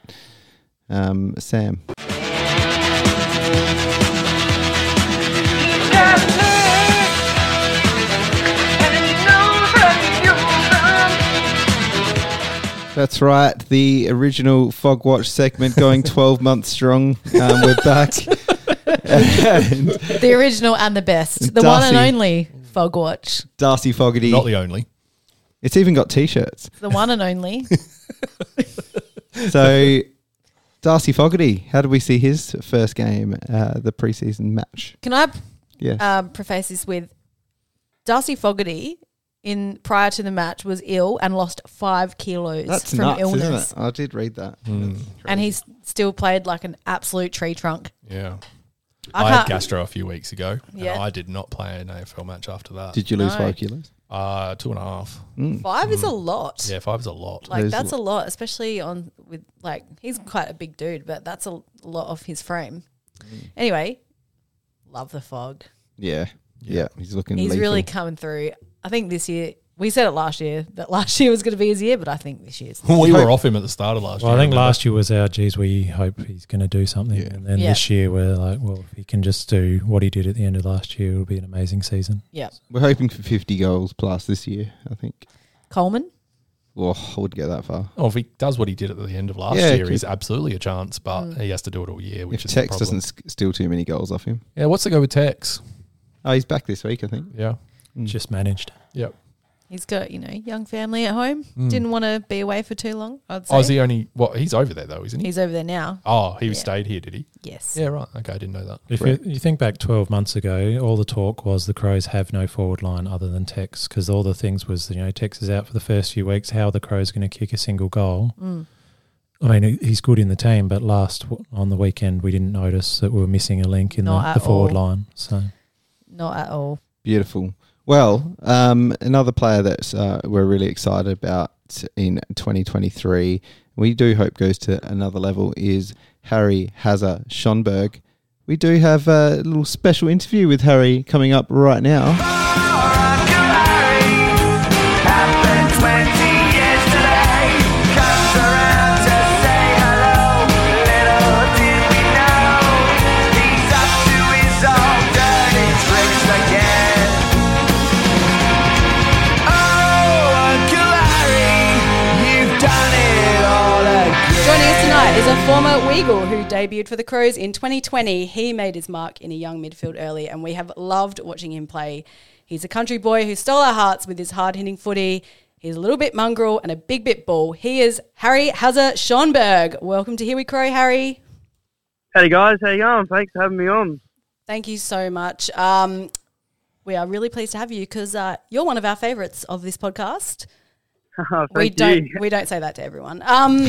S2: Um, Sam, that's right, the original Fog Watch segment going twelve months strong. Um, we're back. and
S5: The original and the best. The one and
S2: Darcy.
S5: only Fogwatch.
S2: Darcy Fogarty.
S3: Not the only.
S2: It's even got t-shirts.
S5: The one and only.
S2: So, Darcy Fogarty, how did we see his first game, uh, the preseason match?
S5: Can I
S2: Yeah.
S5: um, preface this with Darcy Fogarty in prior to the match was ill and lost five kilos
S2: That's
S5: from
S2: nuts,
S5: illness,
S2: isn't it? I did read that.
S5: and he's still played like an absolute tree trunk.
S3: Yeah.
S5: I
S3: I, had
S5: can't-
S3: gastro a few weeks ago,
S5: Yeah.
S3: and I did not play an AFL match after that.
S2: Did you lose
S5: No.
S2: five kilos?
S3: Uh, two and a half.
S2: Hmm.
S5: Five is a lot.
S3: Yeah, five is a lot.
S5: Like
S2: There's
S5: that's a lot, especially on with like he's quite a big dude, but that's a lot of his frame.
S2: Hmm.
S5: Anyway, love the fog.
S2: Yeah. Yeah. He's looking.
S5: He's
S2: lethal.
S5: really coming through. I think this year we said it last year that last year was going to be his year, but I think this year's.
S3: we were off him at the start of last
S4: Well,
S3: year.
S4: I think
S3: remember?
S4: last year was our, geez, we hope he's going to do something. And then
S5: Yeah.
S4: this year we're like, well, if he can just do what he did at the end of last year, it'll be an amazing season.
S5: Yeah,
S2: We're hoping for fifty goals plus this year. I think.
S5: Coleman.
S2: Well, I wouldn't go that far.
S3: Oh, if he does what he did at the end of last
S2: Yeah,
S3: year,
S2: could-
S3: he's absolutely a chance, but he has to do it all year, which
S2: if
S3: is
S2: Tex
S3: the
S2: doesn't
S3: problem.
S2: s- steal too many goals off him,
S3: Yeah, what's the go with Tex?
S2: oh, he's back this week, I think.
S3: Yeah.
S4: Just managed.
S3: Yep.
S5: He's got you know young family at home. Didn't want to be away for too long. I'd say
S3: Oh, is he only? Well, he's over there though, isn't he?
S5: he's over there now.
S3: oh, he
S5: Yeah.
S3: stayed here, did he?
S5: Yes.
S3: Yeah, right. Okay, I didn't know that.
S4: If you,
S2: Correct.
S4: you think back 12 months ago, all the talk was the Crows have no forward line other than Tex because all the things was, you know, Tex is out for the first few weeks. How are the Crows going to kick a single goal?
S5: Mm.
S4: I mean, he's good in the team, but last on the weekend, we didn't notice that we were missing a link in the,
S5: Not at
S4: the forward
S5: all.
S4: line. So
S5: Not at all.
S2: Beautiful. Well, um, another player that uh, we're really excited about in 2023, we do hope goes to another level, is Harry Hazza Schonberg. We do have a little special interview with Harry coming up right now.
S5: Joining us tonight is a former
S1: Thomas Weigel, who debuted for the Crows in 2020, he made his mark in a young midfield early, and we have loved watching him play. He's a country boy who stole our hearts with his hard hitting footy. He's a little bit mongrel and a big bit bull. He is Harry Hazza Schonberg. Welcome to Here We Crow, Harry.
S10: Hey guys, how you going? Thanks for having me on.
S1: Thank you so much. Um, we are really pleased to have you because uh, you're one of our favourites of this podcast.
S10: Thank
S1: we
S10: you.
S1: don't we don't say that to everyone. Um,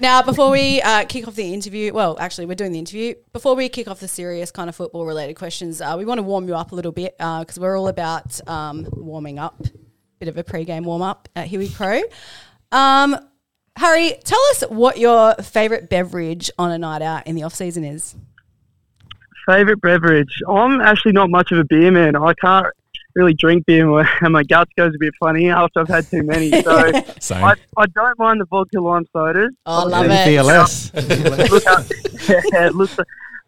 S1: now, before we uh, kick off the interview, well, actually, we're doing the interview. Before we kick off the serious kind of football related questions, uh, we want to warm you up a little bit because we're all about um, warming up, bit of a pre-game warm up at Huey Pro. Um, Harry, tell us what your favourite beverage on a night out in the off season is.
S10: Favorite beverage? I'm actually not much of a beer man. I can't really drink beer, and my- and my guts goes a bit funny after I've had too many. So
S3: Same.
S10: I, I don't mind the vodka lime sodas.
S1: Oh, I love
S2: Bloody
S1: it.
S2: BLS.
S10: Look up, yeah, look,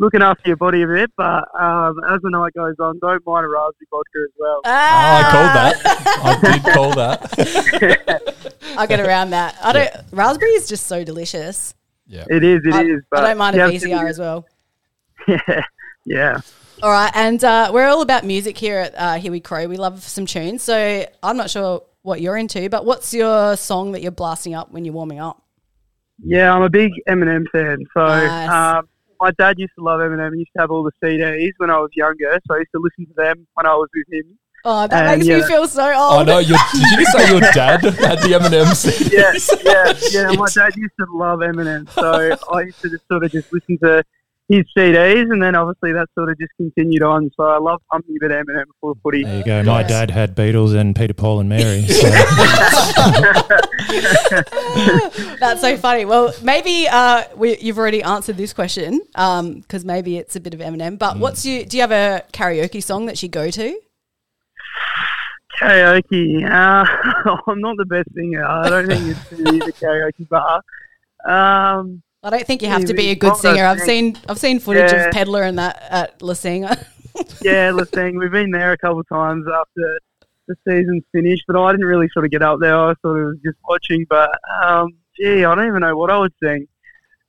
S10: looking after your body a bit, but um, as the night goes on, don't mind a raspberry vodka as well.
S3: Oh, I
S1: Ah.
S3: called that. Oh, I did call that.
S1: I'll get around that. I don't. Raspberry is just so delicious.
S3: Yeah.
S10: It is, it is.
S1: I,
S10: but
S1: I don't mind a
S10: yeah,
S1: VCR as well.
S10: Yeah, yeah.
S1: All right, and uh, we're all about music here at uh, Here We Crow. We love some tunes, so I'm not sure what you're into, but what's your song that you're blasting up when you're warming up?
S10: Yeah, I'm a big Eminem fan. So
S1: Nice.
S10: um, my dad used to love Eminem. He used to have all the CDs when I was younger, so I used to listen to them when I was with him.
S1: Oh, that
S10: Um,
S1: makes me
S10: yeah.
S1: feel so
S3: I
S1: old.
S3: know. Your, did you just say your dad had the M&M's?
S10: Yeah, yeah, yeah. My dad used to love Eminem, so I used to just sort of just listen to his CDs, and then obviously that sort of just continued on. So I love pumping a bit of Eminem for footy.
S4: There you go. My
S1: Nice.
S4: dad had Beatles and Peter Paul and Mary. So
S1: That's so funny. Well, maybe uh, we, you've already answered this question because maybe it's a bit of Eminem. But what's you? Do you have a karaoke song that you go to?
S10: Karaoke. Uh, I'm not the best singer. I don't think it's really the karaoke bar. Um,
S1: I don't think you have to be a
S10: Maybe.
S1: good
S10: One of those
S1: singer. I've seen
S10: things.
S1: I've seen footage
S10: Yeah.
S1: of Peddler and that at La Singer.
S10: yeah, Lethang. We've been there a couple of times after the season's finished, but I didn't really sort of get up there. I sort of was just watching, but um, gee, I don't even know what I would sing.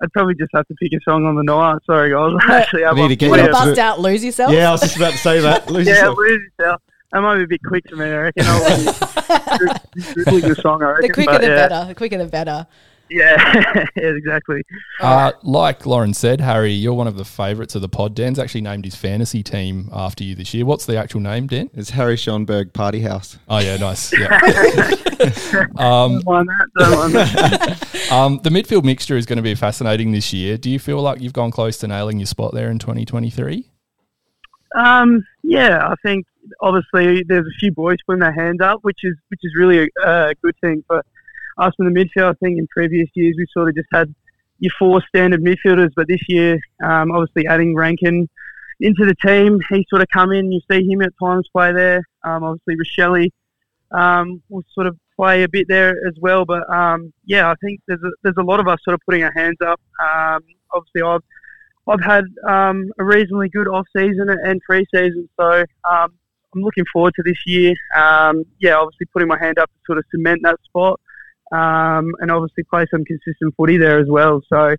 S10: I'd probably just have to pick a song on the night. Sorry, guys. I actually have
S2: need
S10: one
S2: to get
S10: for
S1: Want
S2: you
S1: to
S10: you.
S2: up to
S1: bust
S2: it.
S1: out, lose yourself?
S2: yeah, I was just about to say that. Lose
S10: Yeah,
S2: yourself.
S10: lose yourself. That might be a bit quick for me, I reckon. I'll be dribbling the song, I reckon.
S1: The quicker
S10: but
S1: the
S10: yeah.
S1: better. The quicker the better.
S10: Yeah. yeah, exactly.
S3: Uh, like Lauren said, Harry, you're one of the favourites of the pod. Dan's actually named his fantasy team after you this year. What's the actual name, Dan?
S2: It's Harry Schonberg Party House.
S3: Oh, yeah, nice. Yeah.
S10: Don't mind that. Don't mind that.
S3: Um, the midfield mixture is going to be fascinating this year. Do you feel like you've gone close to nailing your spot there in 2023?
S10: Um, yeah, I think obviously there's a few boys putting their hands up, which is which is really a, a good thing for us in the midfield. I think in previous years we sort of just had your four standard midfielders, but this year, um, obviously adding Rankin into the team, he sort of come in. You see him at times play there. Um, obviously Rochelle um, will sort of play a bit there as well. But um, yeah, I think there's a, there's a lot of us sort of putting our hands up. Um, obviously, I've I've had um, a reasonably good off season and pre season, so um, I'm looking forward to this year. Um, yeah, obviously putting my hand up to sort of cement that spot, um, and obviously play some consistent footy there as well. So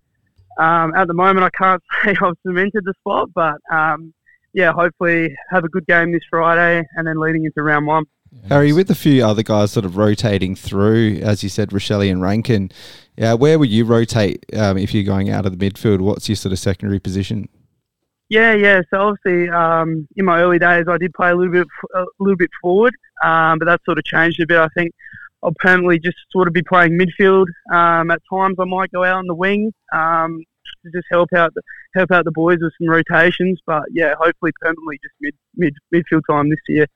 S10: um, at the moment, I can't say I've cemented the spot, but um, yeah, hopefully have a good game this Friday, and then leading into round one.
S2: Harry, with a few other guys sort of rotating through, as you said, Rochelle and Rankin, yeah, where would you rotate um, if you're going out of the midfield? What's your sort of secondary position?
S10: Yeah, yeah. So obviously, um, in my early days, I did play a little bit, a little bit forward, um, but that sort of changed a bit. I think I'll permanently just sort of be playing midfield. Um, at times, I might go out on the wing um, to just help out, the, help out the boys with some rotations. But yeah, hopefully, permanently just mid, mid midfield time this year.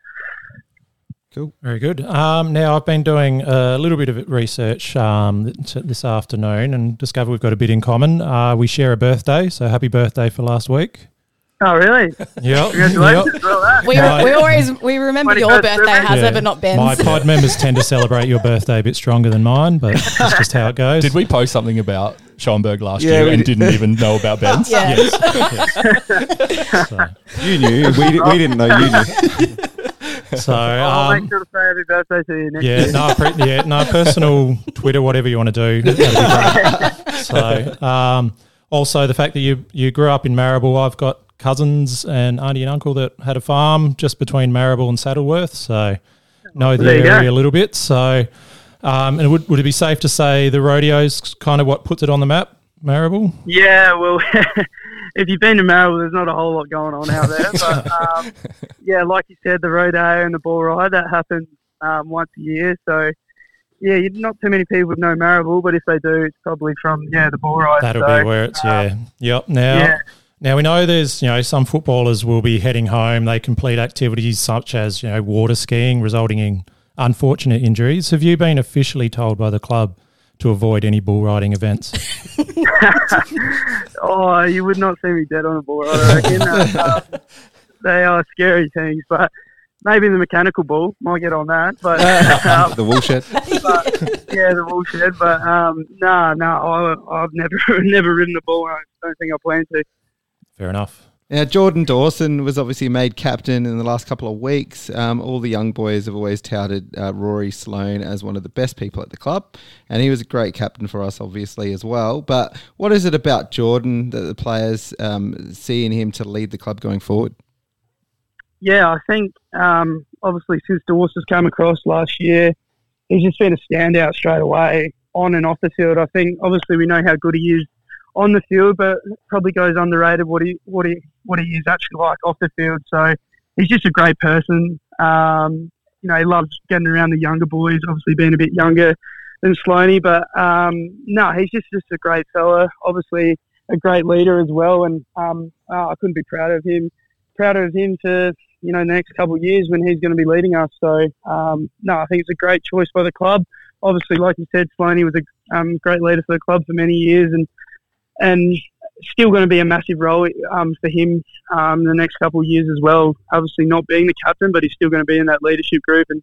S4: Very good. Um, now, I've been doing a little bit of research um, th- this afternoon and discovered we've got a bit in common. Uh, we share a birthday, so happy birthday for last week.
S10: Oh, really?
S4: Yep.
S10: Congratulations! Well, that-
S1: We,
S4: Right.
S1: we always we remember
S10: Twenty
S1: your
S10: first
S1: birthday,
S10: birthday.
S1: Hazza,
S4: Yeah.
S1: but not Ben's.
S4: My pod members tend to celebrate your birthday a bit stronger than mine, but it's just how it goes.
S3: Did we post something about Schoenberg last
S2: Yeah,
S3: year
S2: we
S3: and
S2: did.
S3: didn't even know about Ben's?
S1: Yeah.
S4: Yes. So,
S2: You knew. we, di- we didn't know you knew.
S3: Oh
S4: So
S10: I'll
S4: um,
S10: make sure to say happy birthday to you next
S4: yeah,
S10: year.
S4: no, pre- yeah, no, personal Twitter, whatever you want to do. That'd be great. so, um, also the fact that you you grew up in Marrable, I've got cousins and auntie and uncle that had a farm just between Marrable and Saddleworth, so know the
S10: There you go.
S4: area a little bit. So, um, and would would it be safe to say the rodeo's kind of what puts it on the map, Marrable?
S10: Yeah, well, if you've been to Merrill, there's not a whole lot going on out there. But um, yeah, like you said, the rodeo and the bull ride that happens um, once a year. So yeah, you not too many people know Marrable, but if they do, it's probably from yeah the bull ride.
S4: That'll
S10: so,
S4: be where it's yeah. Yep. Now,
S10: Um, yeah.
S4: now we know there's you know some footballers will be heading home. They complete activities such as you know water skiing, resulting in unfortunate injuries. Have you been officially told by the club to avoid any bull riding events?
S10: Oh, you would not see me dead on a bull ride. I reckon. Uh, um, they are scary things, but maybe the mechanical bull might get on that. But um,
S2: the wool shed.
S10: yeah, the wool shed. But um, no, no, I, I've never never ridden a bull. and I don't think I plan to.
S4: Fair enough.
S2: Now, Jordan Dawson was obviously made captain in the last couple of weeks. Um, all the young boys have always touted uh, Rory Sloan as one of the best people at the club, and he was a great captain for us, obviously, as well. But what is it about Jordan that the players um, see in him to lead the club going forward?
S10: Yeah, I think um, obviously since Dawson's come across last year, he's just been a standout straight away on and off the field. I think obviously we know how good he is on the field, but probably goes underrated what he what he what he is actually like off the field. So he's just a great person. Um, you know, he loves getting around the younger boys. Obviously, being a bit younger than Sloaney, but um, no, he's just just a great fella. Obviously, a great leader as well, and um, oh, I couldn't be prouder of him. Prouder of him for you know the next couple of years when he's going to be leading us. So um, no, I think it's a great choice by the club. Obviously, like you said, Sloaney was a um, great leader for the club for many years, and and still going to be a massive role um, for him um, the next couple of years as well. Obviously, not being the captain, but he's still going to be in that leadership group and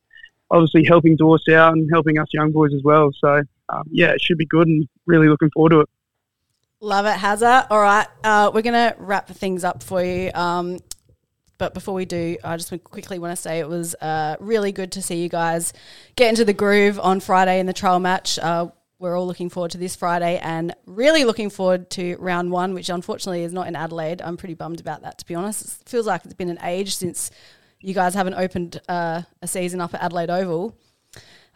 S10: obviously helping Dorse out and helping us young boys as well. So um, yeah, it should be good, and really looking forward to it.
S5: Love it, Hazza. All right, uh, we're going to wrap things up for you. Um, but before we do, I just quickly want to say it was uh, really good to see you guys get into the groove on Friday in the trial match. Uh, we're all looking forward to this Friday and really looking forward to round one, which unfortunately is not in Adelaide. I'm pretty bummed about that, to be honest. It feels like it's been an age since you guys haven't opened uh, a season up at Adelaide Oval.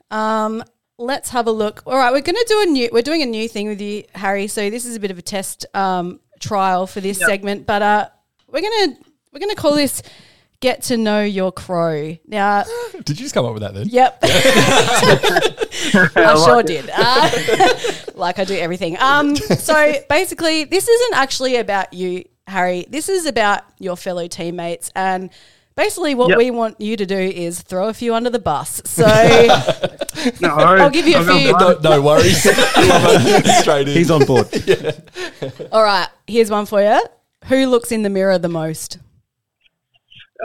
S5: Um, let's have a look. All right, we're going to do a new. We're doing a new thing with you, Harry. So this is a bit of a test um, trial for this segment, but uh, we're gonna we're gonna call this "Get to Know Your Crow." Now,
S3: Did you just come up with that then?
S5: yep, I
S10: like
S5: sure
S10: it.
S5: did. Uh, like I do everything. Um, so basically, this isn't actually about you, Harry. This is about your fellow teammates and. Basically, what
S10: Yep.
S5: we want you to do is throw a few under the bus. So
S10: No,
S5: I'll give you a few.
S3: No, no worries. Love it. Straight in.
S2: He's on board.
S5: All right, here's one for you. Who looks in the mirror the most?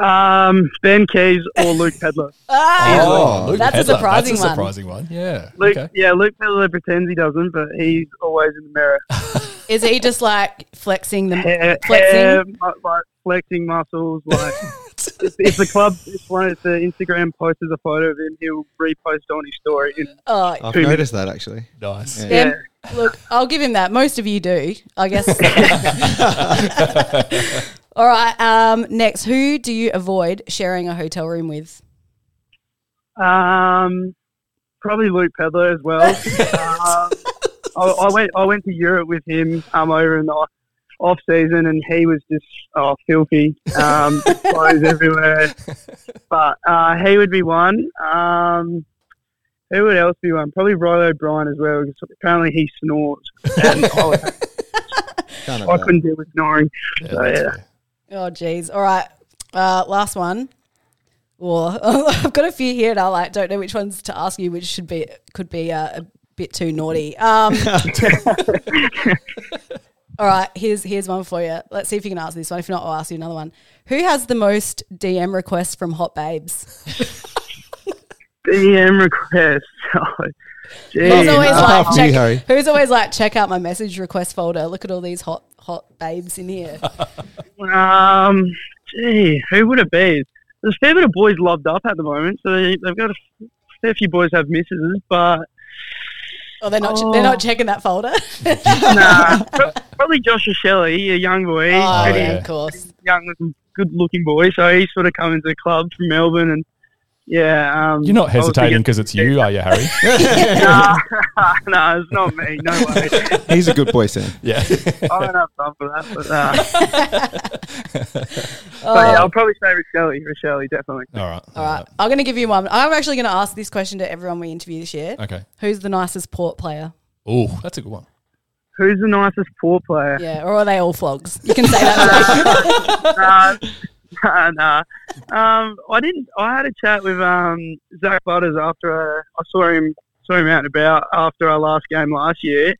S10: Um, ben Keys or Luke Pedler.
S3: Oh, Luke
S5: Ah, That's a
S3: Pedler.
S5: surprising
S3: That's a
S5: one.
S3: surprising one. Yeah.
S10: Luke,
S3: okay.
S10: yeah, Luke Pedler pretends he doesn't, but he's always in the mirror.
S5: Is he just like flexing the
S10: Hair-
S5: flexing?
S10: hair, mu- like flexing muscles. Like if, if the club, if one of the Instagram posts a photo of him, he'll repost on his story. And,
S5: Oh,
S2: I've
S10: Two
S2: noticed
S10: minutes.
S2: that actually.
S3: Nice.
S2: Yeah.
S5: yeah. Look, I'll give him that. Most of you do, I guess. All right. Um, next, who do you avoid sharing a hotel room with?
S10: um, probably Luke Pedler as well. um, I, I went, I went to Europe with him um, over in the off season, and he was just oh filthy, um, just clothes everywhere. But uh, he would be one. Um, who would else be one? Probably Ryan O'Brien as well. Because apparently he snores. And I,
S2: Can't have
S10: I
S2: that.
S10: couldn't deal with snoring.
S3: Yeah,
S10: So,
S3: that's
S10: yeah.
S3: fair.
S5: Oh, geez. All right. Uh, last one. Oh, I've got a few here, and I like don't know which ones to ask you, which should be could be uh, a bit too naughty. Um, all right, here's here's one for you. Let's see if you can answer this one. If not, I'll ask you another one. Who has the most DM requests from hot babes?
S10: DM request. Oh, Um, geez.
S5: Who's always
S2: apart
S5: like
S2: from you,
S5: check,
S2: Harry.
S5: Who's always like check out my message request folder? Look at all these hot hot babes in here.
S10: Um, gee, who would it be? there's a fair bit of boys loved up at the moment, so they, they've got a f- fair few boys have misses, but
S5: Oh, they're not. They're not checking that folder.
S10: nah, pro- probably Josh Shelley, a young boy,
S5: Oh,
S10: pretty
S5: yeah,
S3: yeah.
S5: of course.
S10: young, looking, good-looking boy. So he's sort of come into the club from Melbourne, and yeah, um,
S3: You're
S2: Oh,
S3: not
S10: I was
S3: hesitating
S10: thinking-
S3: because it's you, are you, Harry?
S10: Nah, nah, it's not me. No way.
S2: He's a good boy, Sam.
S3: yeah.
S10: I don't have time for that. But, uh, but
S5: Oh.
S10: yeah, I'll probably say Rochelle. Rochelle, definitely.
S3: All right.
S5: All right, I'm going to give you one. I'm actually going to ask this question to everyone we interview this year.
S3: Okay.
S5: Who's the nicest port player?
S3: Oh, that's a good one.
S10: Who's the nicest poor player?
S5: Yeah, or are they all flogs? You can say that.
S10: Nah, nah, nah. Um, I didn't. I had a chat with um, Zach Butters after uh, I saw him saw him out and about after our last game last year.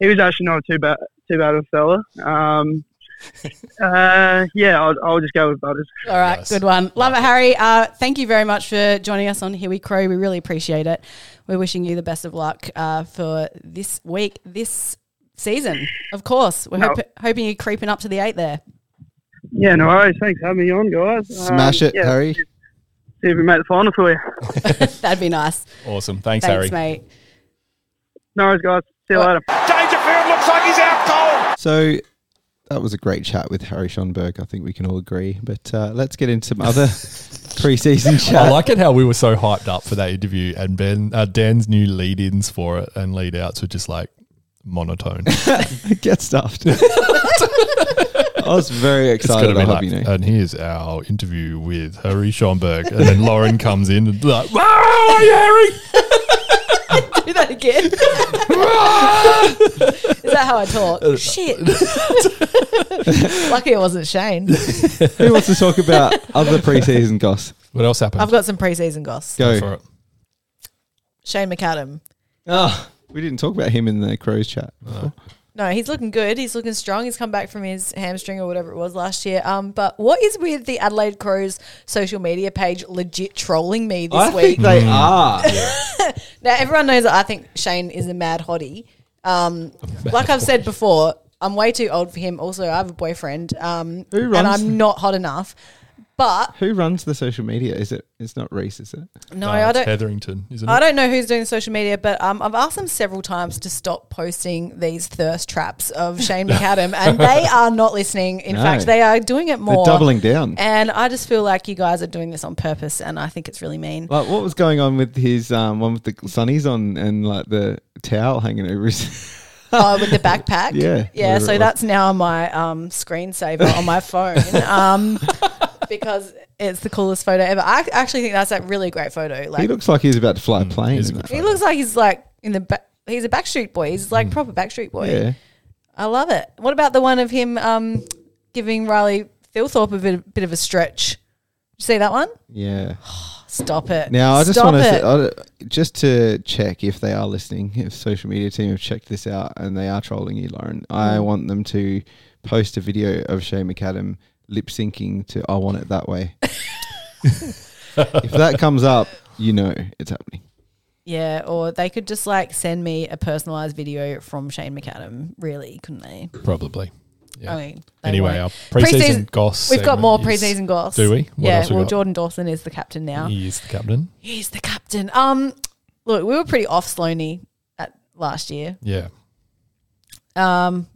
S10: He was actually not too bad too bad of a fella. Um, uh, yeah, I'll, I'll just go with Butters.
S5: All right,
S3: Nice.
S5: good one. Love it, Harry. Uh, thank you very much for joining us on Here We Crow. We really appreciate it. We're wishing you the best of luck uh, for this week, this season, of course. We're
S10: No.
S5: hop- hoping you're creeping up to the eight there.
S10: Yeah, no worries. Thanks for having me on, guys. Um,
S2: Smash it,
S10: yeah,
S2: Harry.
S10: See if we make the final for you.
S5: That'd be nice.
S3: Awesome. Thanks, Harry.
S5: Thanks, mate.
S10: No worries, guys. See you
S5: Well,
S10: later.
S8: Dangerfield looks like he's out cold.
S2: So that was a great chat with Harry Schonberg. I think we can all agree. But uh, let's get into some other preseason
S3: I
S2: chat.
S3: like it how we were so hyped up for that interview, and Ben uh, Dan's new lead-ins for it and lead-outs were just like monotone.
S2: get stuffed. I was very excited. I hope you know.
S3: and here's our interview with Harry Schomburg, and then Lauren comes in and like, "Where are you, Harry?"
S5: Do that again. Is that how I talk? Shit. Lucky it wasn't Shane.
S2: Who wants to talk about other preseason goss?
S3: What else happened?
S5: I've got some preseason goss.
S2: Go.
S3: for it.
S5: Shane McAdam.
S2: Oh, we didn't talk about him in the Crows chat.
S5: No, he's looking good. He's looking strong. He's come back from his hamstring or whatever it was last year. Um, but what is with the Adelaide Crows social media page legit trolling me this week?
S2: they are.
S5: now everyone knows that I think Shane is a mad hottie. Um, like I've said before, I'm way too old for him. Also, I have a boyfriend. Um,
S2: Who
S5: and
S2: runs-
S5: I'm not hot enough. But
S2: Who runs the social media? Is it? It's not Reese, is it?
S5: no,
S3: No,
S5: I
S3: Oh, it's
S5: don't.
S3: Hetherington, isn't it?
S5: I don't know who's doing the social media, but um, I've asked them several times to stop posting these thirst traps of Shane McAdam, and they are not listening. In
S2: No.
S5: fact, they are doing it more.
S2: doubling down.
S5: And I just feel like you guys are doing this on purpose, and I think it's really mean.
S2: Like what was going on with his um, one with the sunnies on and like the towel hanging over his.
S5: Oh, with the backpack.
S2: Yeah,
S5: Yeah.
S2: whatever it
S5: So
S2: was.
S5: that's now my um, screensaver on my phone um, because it's the coolest photo ever. I actually think that's a really great photo. Like
S2: He looks like he's about to fly a plane.
S3: he's a
S2: in
S3: good
S2: that.
S5: he looks like he's like in the back. He's a Backstreet Boy. He's like proper Backstreet Boy.
S2: Hmm. yeah.
S5: I love it. What about the one of him um, giving Riley Philthorpe a bit, bit of a stretch? Did you see that one?
S2: Yeah.
S5: Stop it.
S2: Now I just
S5: Stop
S2: want
S5: it.
S2: to just to check if they are listening, if social media team have checked this out and they are trolling you, Lauren. I
S5: Mm.
S2: want them to post a video of Shane McAdam lip syncing to "I Want It That Way." if that comes up, you know it's happening.
S5: yeah, or they could just like send me a personalized video from Shane McAdam, really, couldn't they?
S3: Probably. Yeah.
S5: I mean, they
S3: anyway,
S5: won't.
S3: our preseason,
S5: Preseason-
S3: goss.
S5: We've got
S3: segment
S5: more
S3: is-
S5: preseason goals.
S3: Do we? What
S5: yeah,
S3: else we
S5: well,
S3: got?
S5: Jordan Dawson is the captain now.
S3: He is the captain.
S5: He's the captain. Um, Look, we were pretty off Sloaney at last year.
S3: Yeah.
S5: Um,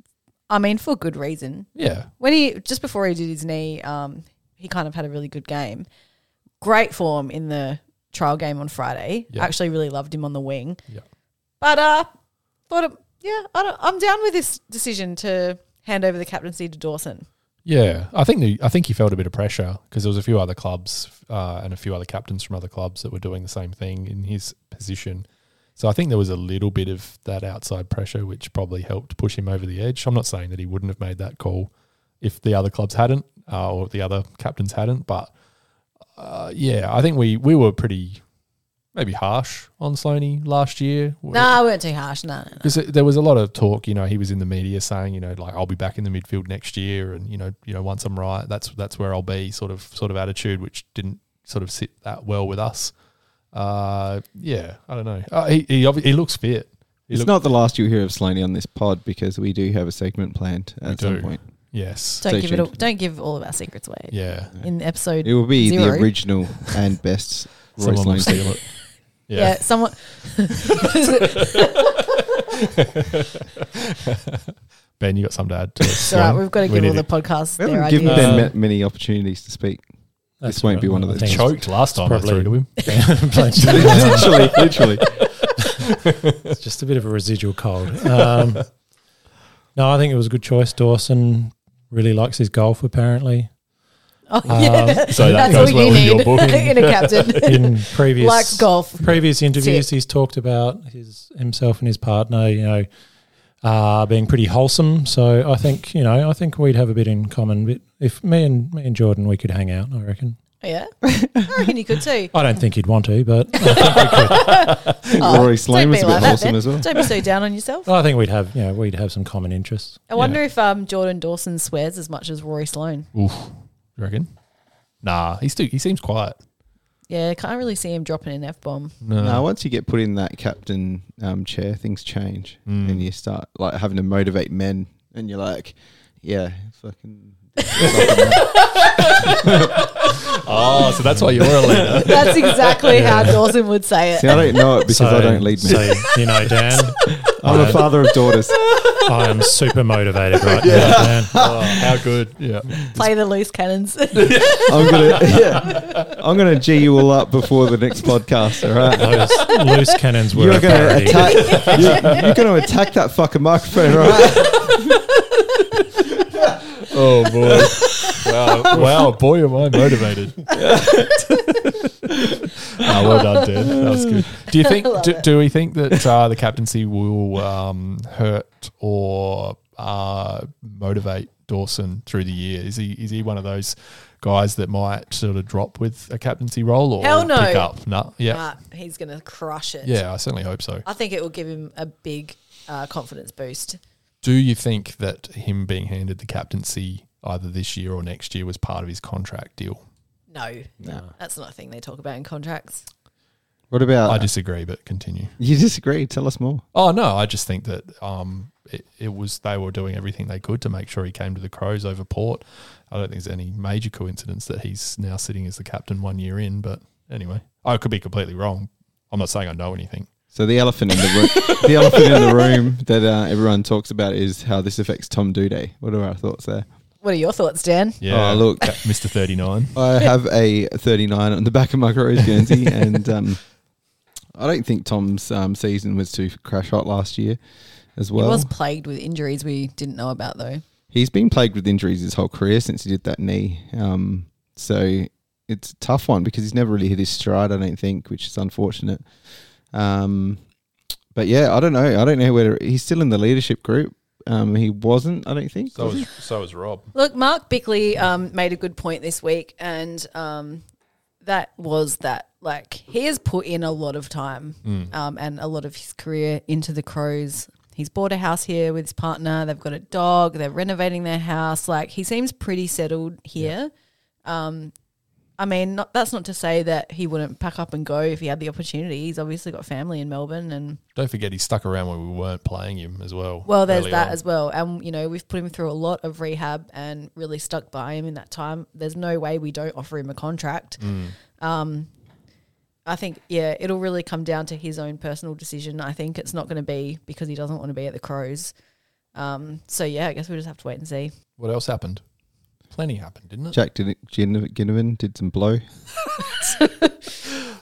S5: I mean, for good reason.
S3: Yeah.
S5: when he just before he did his knee, um, he kind of had a really good game. Great form in the trial game on Friday.
S3: Yeah.
S5: Actually, really loved him on the wing.
S3: Yeah.
S5: But uh, thought it, yeah, I don't, I'm down with this decision to hand over the captaincy to Dawson.
S3: Yeah, I think the, I think he felt a bit of pressure because there was a few other clubs uh, and a few other captains from other clubs that were doing the same thing in his position. So I think there was a little bit of that outside pressure, which probably helped push him over the edge. I'm not saying that he wouldn't have made that call if the other clubs hadn't uh, or the other captains hadn't, but uh, yeah, I think we we were pretty maybe harsh on Sloaney last year.
S5: No, I weren't too harsh. No, no, no.
S3: Because there was a lot of talk, you know, he was in the media saying, you know, like I'll be back in the midfield next year, and you know, you know, once I'm right, that's that's where I'll be, sort of sort of attitude, which didn't sort of sit that well with us. Uh, yeah, I don't know. Uh, he he, obvi- he looks fit. He
S2: It's
S3: look-
S2: not the last you'll hear of Slaney on this pod because we do have a segment planned at
S3: do.
S2: some point.
S3: Yes.
S5: Don't
S2: Stay
S5: give it. All,
S2: tuned.
S5: don't give all of our secrets away
S3: Yeah.
S5: in episode.
S2: It will be
S5: Zero.
S2: the original and best Royce
S3: Someone will
S2: Lane
S3: steal it.
S5: yeah. someone.
S3: Ben, you got something to add to it.
S5: It's all right. We've got to
S3: We
S5: give all
S3: need
S5: the
S3: it.
S5: podcasts
S2: We
S5: their
S2: haven't
S5: ideas.
S2: given Ben
S3: Uh,
S4: ideas.
S2: ma- many opportunities to speak. This won't be one of
S4: I
S2: those
S4: think
S3: Choked last time I threw
S4: probably-
S3: to him.
S4: it's-
S2: literally, literally.
S4: it's just a bit of a residual cold. Um, no, I think it was a good choice. Dawson really likes his golf, apparently.
S5: Oh, yeah.
S3: uh, So that
S5: That's
S3: goes
S5: what
S3: well
S5: you
S3: with
S5: need
S3: your book.
S5: in a captain.
S4: In previous
S5: Likes golf.
S4: previous interviews,
S5: That's
S4: he's talked about his himself and his partner, you know, uh, being pretty wholesome. So I think you know, I think we'd have a bit in common. But if me and me and Jordan, we could hang out. I reckon.
S5: Yeah, I reckon you could too.
S4: I don't think he'd want to, but
S5: Oh,
S2: Rory Slane
S5: don't
S2: was
S5: be
S2: a bit
S5: like that
S2: wholesome
S5: then.
S2: as well.
S5: Don't be so down on yourself.
S4: I think we'd have you know we'd have some common interests.
S5: I wonder if um, Jordan Dawson swears as much as Rory Sloan.
S3: Oof. You reckon? Nah, he's too, he seems quiet.
S5: Yeah, can't really see him dropping an f bomb.
S3: No.
S2: No, once you get put in that captain um, chair, things change,
S3: Mm.
S2: and you start like having to motivate men, and you're like, yeah, fucking. fucking-
S3: Oh, so that's why you're a leader.
S5: That's exactly how Dawson would say it.
S2: See, I don't know it because I don't lead men.
S4: So you know, Dan,
S2: I'm a father of daughters.
S4: I am super motivated right now, Dan.
S3: Oh, how good. Yeah.
S5: Play the loose cannons.
S2: I'm gonna, yeah, I'm gonna g you all up before the next podcast. All right.
S4: Those loose cannons were
S2: You're
S4: a
S2: gonna
S4: parody.
S2: attack. You're, you're gonna attack that fucking microphone, right?
S3: Oh, boy. wow. Wow. Boy, am I motivated. Ah, well done, Dan. That was good. Do you think, do, do we think that uh, the captaincy will um, hurt or uh, motivate Dawson through the year? Is he, is he one of those guys that might sort of drop with a captaincy role or
S5: Hell no.
S3: pick up? No. Yeah.
S5: Nah, he's gonna crush it.
S3: Yeah, I certainly hope so.
S5: I think it will give him a big uh, confidence boost.
S3: Do you think that him being handed the captaincy either this year or next year was part of his contract deal?
S5: No, no, that's not a thing they talk about in contracts.
S2: What about?
S3: I
S5: Uh,
S3: disagree, but continue.
S2: you disagree. Tell us more.
S3: Oh no, I just think that um, it, it was they were doing everything they could to make sure he came to the Crows over Port. I don't think there's any major coincidence that he's now sitting as the captain one year in. But anyway, I could be completely wrong. I'm not saying I know anything.
S2: So the elephant in the room, the elephant in the room that uh, everyone talks about is how this affects Tom Duday. What are our thoughts there?
S5: What are your thoughts, Dan?
S3: Yeah,
S2: Oh, look.
S3: Mr. Thirty Nine.
S2: I have a 39 on the back of my Crows Guernsey, and um, I don't think Tom's um, season was too crash hot last year as
S5: he
S2: well.
S5: was plagued with injuries we didn't know about though.
S2: He's been plagued with injuries his whole career since he did that knee. Um, so it's a tough one because he's never really hit his stride, I don't think, which is unfortunate. Um, but yeah, I don't know. I don't know whether he's still in the leadership group. Um, he wasn't, I don't think.
S3: So is so is Rob.
S5: Look, Mark Bickley um, made a good point this week, and um, that was that like he has put in a lot of time um, and a lot of his career into the Crows. He's bought a house here with his partner. They've got a dog. They're renovating their house. Like he seems pretty settled here. Um, I mean, not, that's not to say that he wouldn't pack up and go if he had the opportunity. He's obviously got family in Melbourne, and
S3: Don't forget he stuck around when we weren't playing him as well.
S5: well, there's
S3: early
S5: that
S3: on.
S5: as well. And, you know, we've put him through a lot of rehab and really stuck by him in that time. There's no way we don't offer him a contract.
S3: Mm.
S5: Um, I think, yeah, it'll really come down to his own personal decision. I think it's not going to be because he doesn't want to be at the Crows. Um, so, yeah, I guess we'll just have to wait and see.
S3: What else happened? Plenty happened, didn't it?
S2: Jack Gin- Gin- Ginnivan did some blow.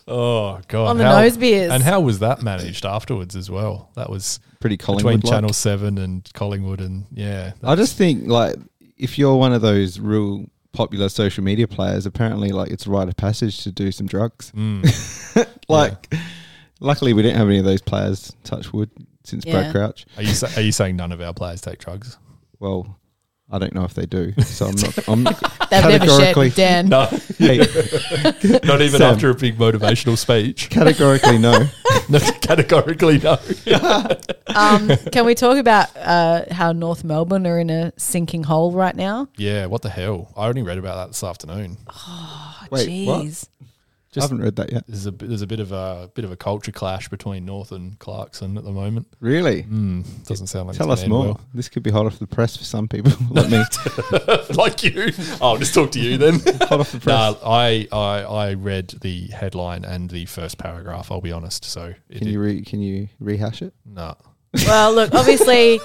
S3: Oh god!
S5: On the nose beers.
S3: And how was that managed afterwards as well? That was
S2: Pretty Collingwood.
S3: between Channel Seven and Collingwood, and yeah,
S2: I just think like if you're one of those real popular social media players, apparently like it's a rite of passage to do some drugs.
S3: Mm.
S2: like, luckily we didn't have any of those players. Touch wood since
S5: Yeah.
S2: Brad Crouch.
S3: Are you sa- are you saying none of our players take drugs?
S2: Well, I don't know if they do, so I'm not. I'm
S5: They've never shared
S2: categorically
S5: with Dan.
S3: No,
S2: hey,
S3: not even
S2: Sam.
S3: after a big motivational speech.
S2: categorically no.
S3: No, categorically, no.
S5: Um, can we talk about uh, how North Melbourne are in a sinking hole right now?
S3: Yeah, what the hell? I only read about that this afternoon.
S5: Oh,
S2: Wait, what?
S5: jeez.
S2: I
S3: Just
S2: haven't read that yet.
S3: there's a there's a bit of a bit of a culture clash between North and Clarkson at the moment.
S2: Really?
S3: Mm, doesn't sound like
S2: Tell
S3: it's
S2: us
S3: gonna end
S2: more.
S3: well.
S2: This could be hot off the press for some people, like me.
S3: like you. Oh, I'll just talk to you then.
S2: hot off the press.
S3: no, I, I I read the headline and the first paragraph. I'll be honest. So it,
S2: Can you re- can you rehash it?
S3: no.
S5: Well, look, obviously,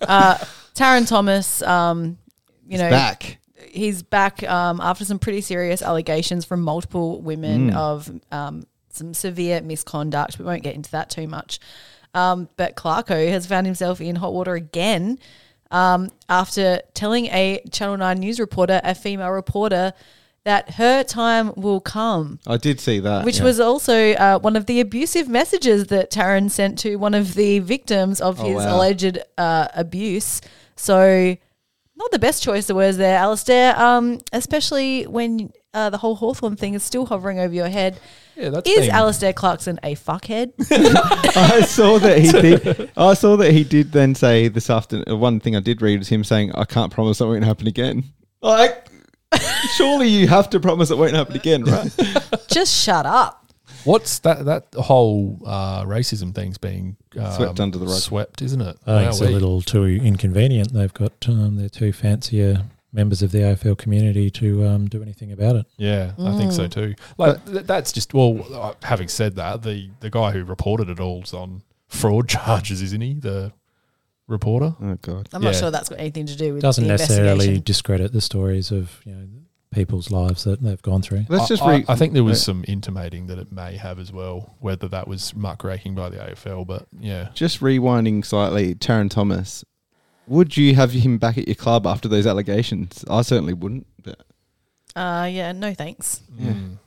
S5: uh, Taron Thomas, um, you know,
S2: Back.
S5: he's back um, after some pretty serious allegations from multiple women of um, some severe misconduct. We won't get into that too much. Um, but Clarko has found himself in hot water again um, after telling a Channel 9 news reporter, a female reporter, that her time will come
S2: I did see that.
S5: which
S2: yeah.
S5: was also uh, one of the abusive messages that Taryn sent to one of the victims of his
S2: wow.
S5: alleged uh, abuse. So, not the best choice of words there, Alistair, um, especially when uh, the whole Hawthorne thing is still hovering over your head.
S3: Yeah, that's
S5: Is
S3: been-
S5: Alistair Clarkson a fuckhead?
S2: I saw that he did. I saw that he did then say this afternoon. One thing I did read was him saying, "I can't promise that won't happen again." Like, surely you have to promise it won't happen again, right?
S5: Just shut up.
S3: What's that? That whole uh, racism thing's being um,
S2: Swept under the rug.
S3: Swept, isn't it?
S4: I think it's a
S3: Wowee.
S4: little too inconvenient. They've got um, their two fancier members of the AFL community to um, do anything about it.
S3: Yeah, I think so too. Like th- that's just well. uh, Having said that, the the guy who reported it all's on fraud charges, isn't he? The reporter.
S2: Oh God.
S5: I'm not
S3: Yeah.
S5: sure that's got anything to do with
S4: Doesn't
S5: the
S4: necessarily
S5: investigation.
S4: discredit the stories of you know people's lives that they've gone through.
S2: Let's
S3: I-
S2: just.
S3: I,
S2: Re-
S3: I think there was
S2: uh,
S3: some intimating that it may have as well, whether that was muckraking by the AFL, but yeah.
S2: just rewinding slightly. Taron Thomas, would you have him back at your club after those allegations? I certainly wouldn't. But
S5: Uh, yeah, no thanks.
S2: Yeah.
S3: Mm.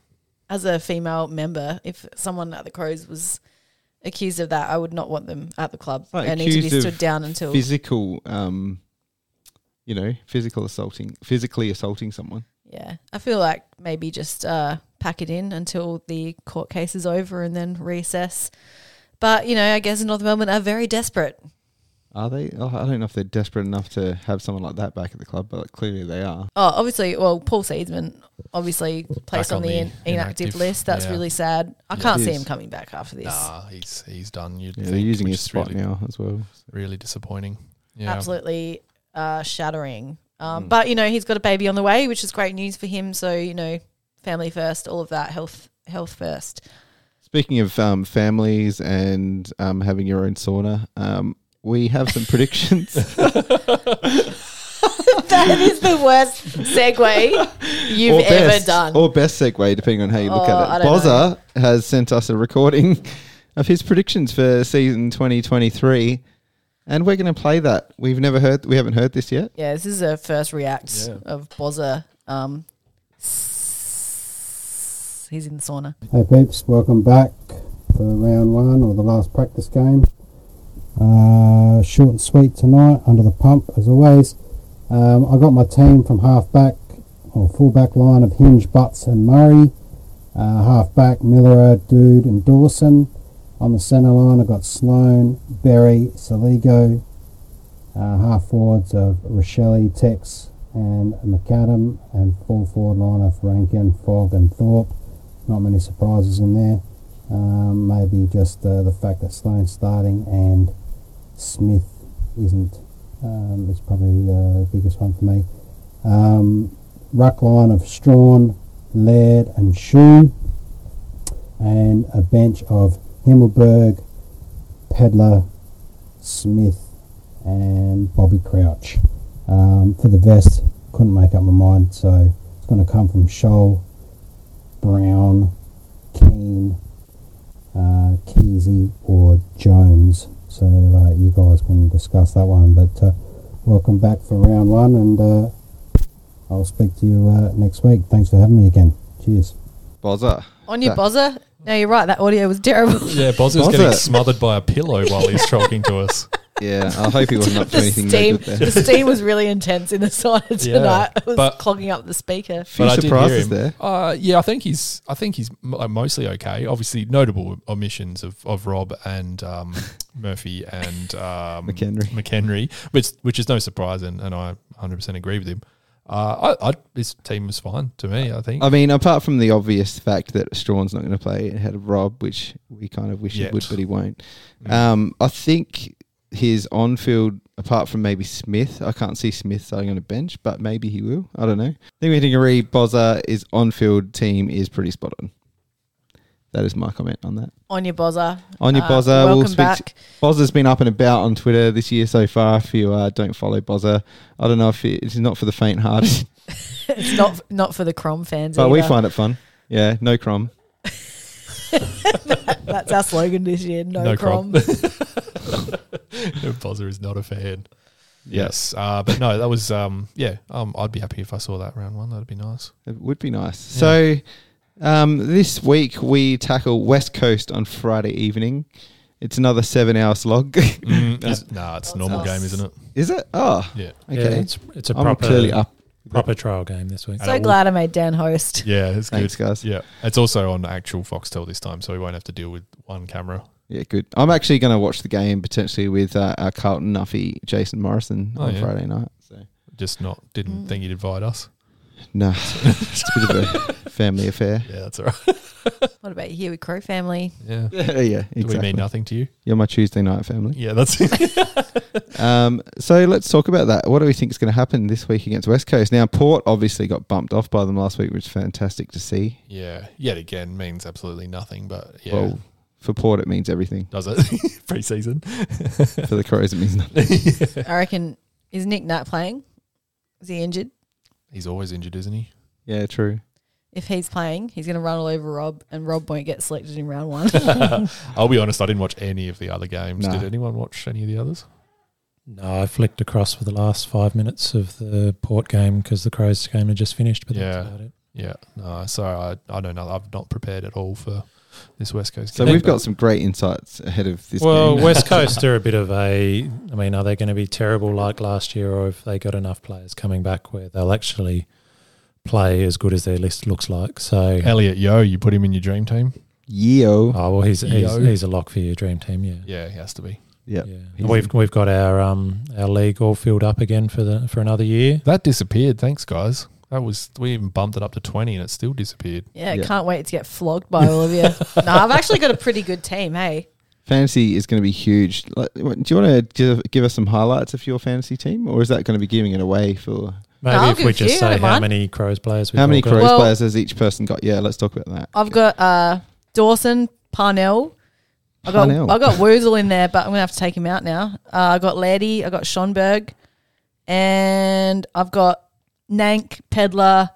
S5: As a female member, if someone at the Crows was accused of that, I would not want them at the club.
S2: Like
S5: they need to be
S2: accused of
S5: stood down until
S2: physical, um, you know, physical assaulting, physically assaulting someone.
S5: Yeah, I feel like maybe just uh, pack it in until the court case is over and then reassess. But you know, I guess North Melbourne are very desperate.
S2: Are they? Oh, I don't know if they're desperate enough to have someone like that back at the club, but clearly they are.
S5: Oh, obviously, well, Paul Seedsman obviously placed
S3: Back
S5: on,
S3: on
S5: the,
S3: the
S5: in- inactive,
S3: inactive,
S5: list. That's
S3: yeah.
S5: really sad. I can't
S2: it
S5: see
S2: is.
S5: him coming back after this.
S3: Nah, he's he's done. You'd
S2: Yeah,
S3: think,
S2: they're using
S3: which
S2: his
S3: is
S2: spot
S3: really,
S2: now as well.
S3: really disappointing. Yeah. Mm.
S5: Absolutely uh, shattering. Um, But you know, he's got a baby on the way, which is great news for him. So you know, family first, all of that, health health first.
S2: Speaking of um, families and um, having your own sauna, um, we have some predictions.
S5: that is the worst segue you've
S2: or
S5: ever
S2: best,
S5: done.
S2: Or best segue, depending on how you look
S5: Oh, I
S2: at it.
S5: don't
S2: Bozza has sent us a recording of his predictions for season 2023, and we're going to play that. We've never heard, we haven't heard this yet.
S5: Yeah, this is a first react
S3: Yeah.
S5: of Bozza. Um, s- he's in the sauna.
S10: Hey peeps, welcome back for round one or the last practice game. Uh, short and sweet tonight, under the pump as always. Um, I got my team from half back or full back line of Hinge, Butts, and Murray. Uh, half back, Miller, Dude, and Dawson. On the centre line, I got Sloan, Berry, Saligo. Uh, half forwards of Rochelle, Tex, and McAdam. And full forward line of Rankin, Fogg, and Thorpe not many surprises in there. Um, maybe just uh, the fact that Sloan's starting and Smith isn't. Um, is probably uh, the biggest one for me. Um, ruck line of Strawn, Laird, and Shoe, and a bench of Himmelberg, Pedler, Smith, and Bobby Crouch. Um, for the vest, couldn't make up my mind, so it's going to come from Shoal, Brown, Keane, uh, Keezy, or Jones. So uh, you guys can discuss that one. But uh, welcome back for round one, and uh, I'll speak to you uh, next week. Thanks for having me again. Cheers.
S2: Bozza.
S5: On your
S2: That-
S5: Bozza? No, you're right. That audio was terrible.
S3: Yeah, Boz was
S2: Bozza.
S3: getting smothered by a pillow while he's talking to us.
S2: Yeah, I hope he wasn't up to
S5: the
S2: anything
S5: steam,
S2: no good there.
S5: the steam was really intense in the sauna
S3: Yeah,
S5: tonight. it was
S3: but-
S5: clogging up the speaker.
S2: Few
S3: I did hear
S2: surprises
S3: him.
S2: there.
S3: Uh, yeah, I think he's I think he's m- uh, mostly okay. Obviously, notable omissions of, of Rob and um, Murphy and um,
S2: McHenry.
S3: McHenry, which which is no surprise, and, and I 100 percent agree with him. Uh, I, I, this team was fine to me. I think.
S2: I mean, apart from the obvious fact that Strawn's not going to play ahead of Rob, which we kind of wish
S3: Yet. Mm.
S2: he would, but he won't. Um, I think his on-field, apart from maybe Smith, I can't see Smith starting on a bench, but maybe he will. I don't know. I think we can agree Bozza is on-field team is pretty spot on. That is my comment on that.
S5: On your bozza.
S2: On your
S5: Uh,
S2: Bozza,
S5: Welcome
S2: we'll speak.
S5: back.
S2: To, Bozza's been up and about on Twitter this year so far. If you uh, don't follow Bozza, I don't know if it- it's not for the faint-hearted.
S5: it's not not for the Crom fans.
S2: But we
S5: either.
S2: find it fun. Yeah, no crom.
S5: That's our slogan this year. No,
S3: No
S5: Crom.
S3: Crom. no, Bozza is not a fan.
S2: Yeah.
S3: Yes, uh, but no, that was um, yeah. Um, I'd be happy if I saw that round one. That'd be nice.
S2: It would be nice. So um, this week we tackle West Coast on Friday evening. It's another seven hour slog.
S3: Mm, it's, nah, it's a normal game, isn't it?
S2: Is it? Oh.
S3: Yeah.
S2: Okay.
S4: Yeah, it's, it's a
S2: I'm
S4: proper,
S2: clearly up.
S4: proper trial game this week.
S5: So glad I made Dan host.
S3: Yeah, it's
S2: Thanks,
S3: good.
S2: guys.
S3: Yeah, it's also on actual Foxtel this time, so we won't have to deal with one camera.
S2: Yeah, good. I'm actually going to watch the game potentially with uh, our Carlton Nuffy, Jason Morrison
S3: Oh,
S2: on
S3: yeah.
S2: Friday night. So
S3: Just not
S2: Mm.
S3: didn't think you'd invite us.
S2: no, it's a bit of a family affair.
S3: Yeah, that's all right.
S5: What about you here with Crow family?
S3: Yeah,
S2: Yeah, yeah,
S3: do we
S2: exactly.
S3: mean nothing to you?
S2: You're my Tuesday night family.
S3: Yeah, that's it.
S2: Um, so let's talk about that. What do we think is going to happen this week against West Coast? Now, Port obviously got bumped off by them last week, which is fantastic to see.
S3: yeah, yet again means absolutely nothing, but yeah,
S2: Well, for Port, it means everything.
S3: does it pre-season?
S2: For the Crows, it means nothing.
S5: I reckon is Nick Nat playing? Is he injured?
S3: He's always injured, isn't he?
S2: Yeah, true.
S5: If he's playing, he's going to run all over Rob, and Rob won't get selected in round one.
S3: I'll be honest, I didn't watch any of the other games.
S2: Nah.
S3: Did anyone watch any of the others?
S4: No, I flicked across for the last five minutes of the Port game because the Crows game had just finished. But
S3: Yeah.
S4: that's about it.
S3: Yeah, no. So I, I don't know. I've not prepared at all for this West Coast.
S2: So
S3: game,
S2: we've
S3: but-
S2: got some great insights ahead of this
S4: Well,
S2: game.
S4: West Coast are a bit of a. I mean, are they going to be terrible like last year, or have they got enough players coming back where they'll actually play as good as their list looks like? So,
S3: Elliot Yo. You put him in your dream team.
S2: Yeo.
S4: oh well, he's he's,
S3: Yo.
S4: he's a lock for your dream team, yeah.
S3: Yeah, he has to be.
S2: Yep.
S4: Yeah.
S2: He's
S4: We've we've got our um our league all filled up again for the for another year.
S3: That disappeared. Thanks, guys. That was we even bumped it up to twenty, and it still disappeared.
S5: yeah,
S2: Yeah.
S5: can't wait to get flogged by all of you. no, I've actually got a pretty good team. Hey,
S2: Fantasy is going to be huge. Like, what- Do you want to give, give us some highlights of your fantasy team, or is that going to be giving it away for
S4: Maybe
S5: I'll
S4: if we
S5: give
S4: just
S5: you
S4: say
S5: the
S4: how
S5: one.
S4: many Crows players we've
S2: how many
S4: all got.
S2: Crows
S5: Well-
S2: players has each person got? Yeah, let's talk about that.
S5: I've got uh, Dawson Parnell. I got
S2: Parnell.
S5: I got Woozle in there, but I'm gonna have to take him out now. Uh, I got Laddie, I got Schonberg, and I've got Nank, Pedler,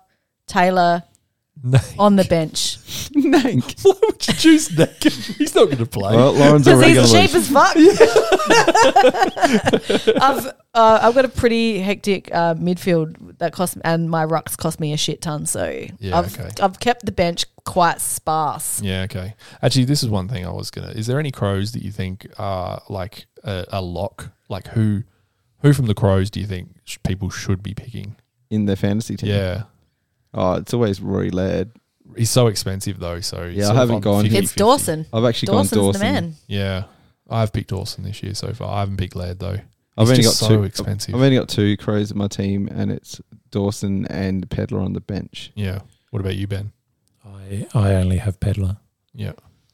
S5: Taylor on the bench
S2: Nank.
S3: Why would you choose that? He's not going to play.
S2: Well, Lauren's
S5: because
S2: already going
S5: he's
S2: to
S5: cheap
S2: lose.
S5: as fuck. I've uh, I've got a pretty hectic uh, midfield that cost, and my rucks cost me a shit ton. So
S3: Yeah,
S5: I've
S3: okay.
S5: I've kept the bench quite sparse.
S3: yeah, okay. Actually, this is one thing I was gonna. Is there any crows that you think are like a, a lock? Like who, who from the crows do you think sh- people should be picking?
S2: in their fantasy team.
S3: Yeah,
S2: Oh, it's always Rory Laird.
S3: he's so expensive though. So
S2: Yeah, I
S3: sort of
S2: haven't
S3: I'm
S2: gone-
S5: It's
S3: 50-50.
S5: Dawson.
S2: I've actually
S5: Dawson's
S2: gone
S5: the
S2: Dawson.
S5: man.
S3: Yeah, I've picked Dawson this year so far. I haven't picked Laird though.
S2: I've
S3: It's
S2: only got
S3: just
S2: two.
S3: so expensive.
S2: I've only got two crows in my team, and it's Dawson and Pedler on the bench.
S3: yeah. What about you, Ben?
S4: I I only have Pedler.
S3: Yeah.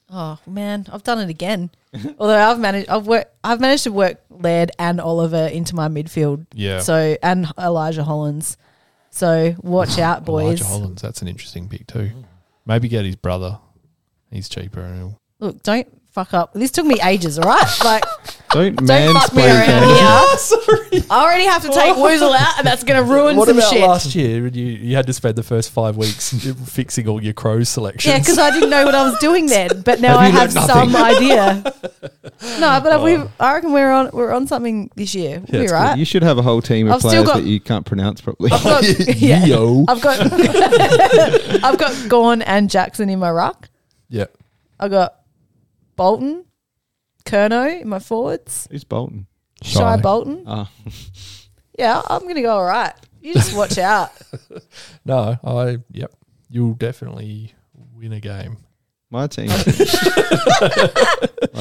S5: Oh man, I've done it again. Although I've managed, I've worked, I've managed to work Laird and Oliver into my midfield.
S3: Yeah.
S5: So and Elijah Hollins. So watch out, boys.
S3: Elijah Hollins, that's an interesting pick too. Maybe get his brother. He's cheaper. And he'll,
S5: Look, don't fuck up. This took me ages. All right, like
S2: Don't,
S5: don't fuck me
S2: mansplain
S5: around
S2: fantasy.
S5: here. I already have to take Woozle out, and that's going to ruin some shit.
S3: year? You, you had to spend the first five weeks fixing all your crow selections.
S5: yeah, because I didn't know what I was doing then, but now I
S3: Have you
S5: have
S3: learnt nothing?
S5: some idea. No, but we I reckon we're on we're on something this year.
S2: Oh. Yeah,
S5: we're
S2: it's good.
S5: right.
S2: You should have a whole team of
S5: I've still
S2: players
S5: got-
S2: that you can't pronounce properly.
S5: I've got, yeah.
S3: Yo.
S5: I've got I've got Gorn and Jackson in my ruck.
S3: yeah.
S5: I've got Bolton, Kerno in my forwards,
S2: Who's Bolton?
S5: Shy,
S3: Shy.
S5: Bolton.
S2: Ah.
S5: Yeah, I'm gonna go all right. You just watch out.
S3: No, I, yep. You'll definitely win a game.
S2: My team. My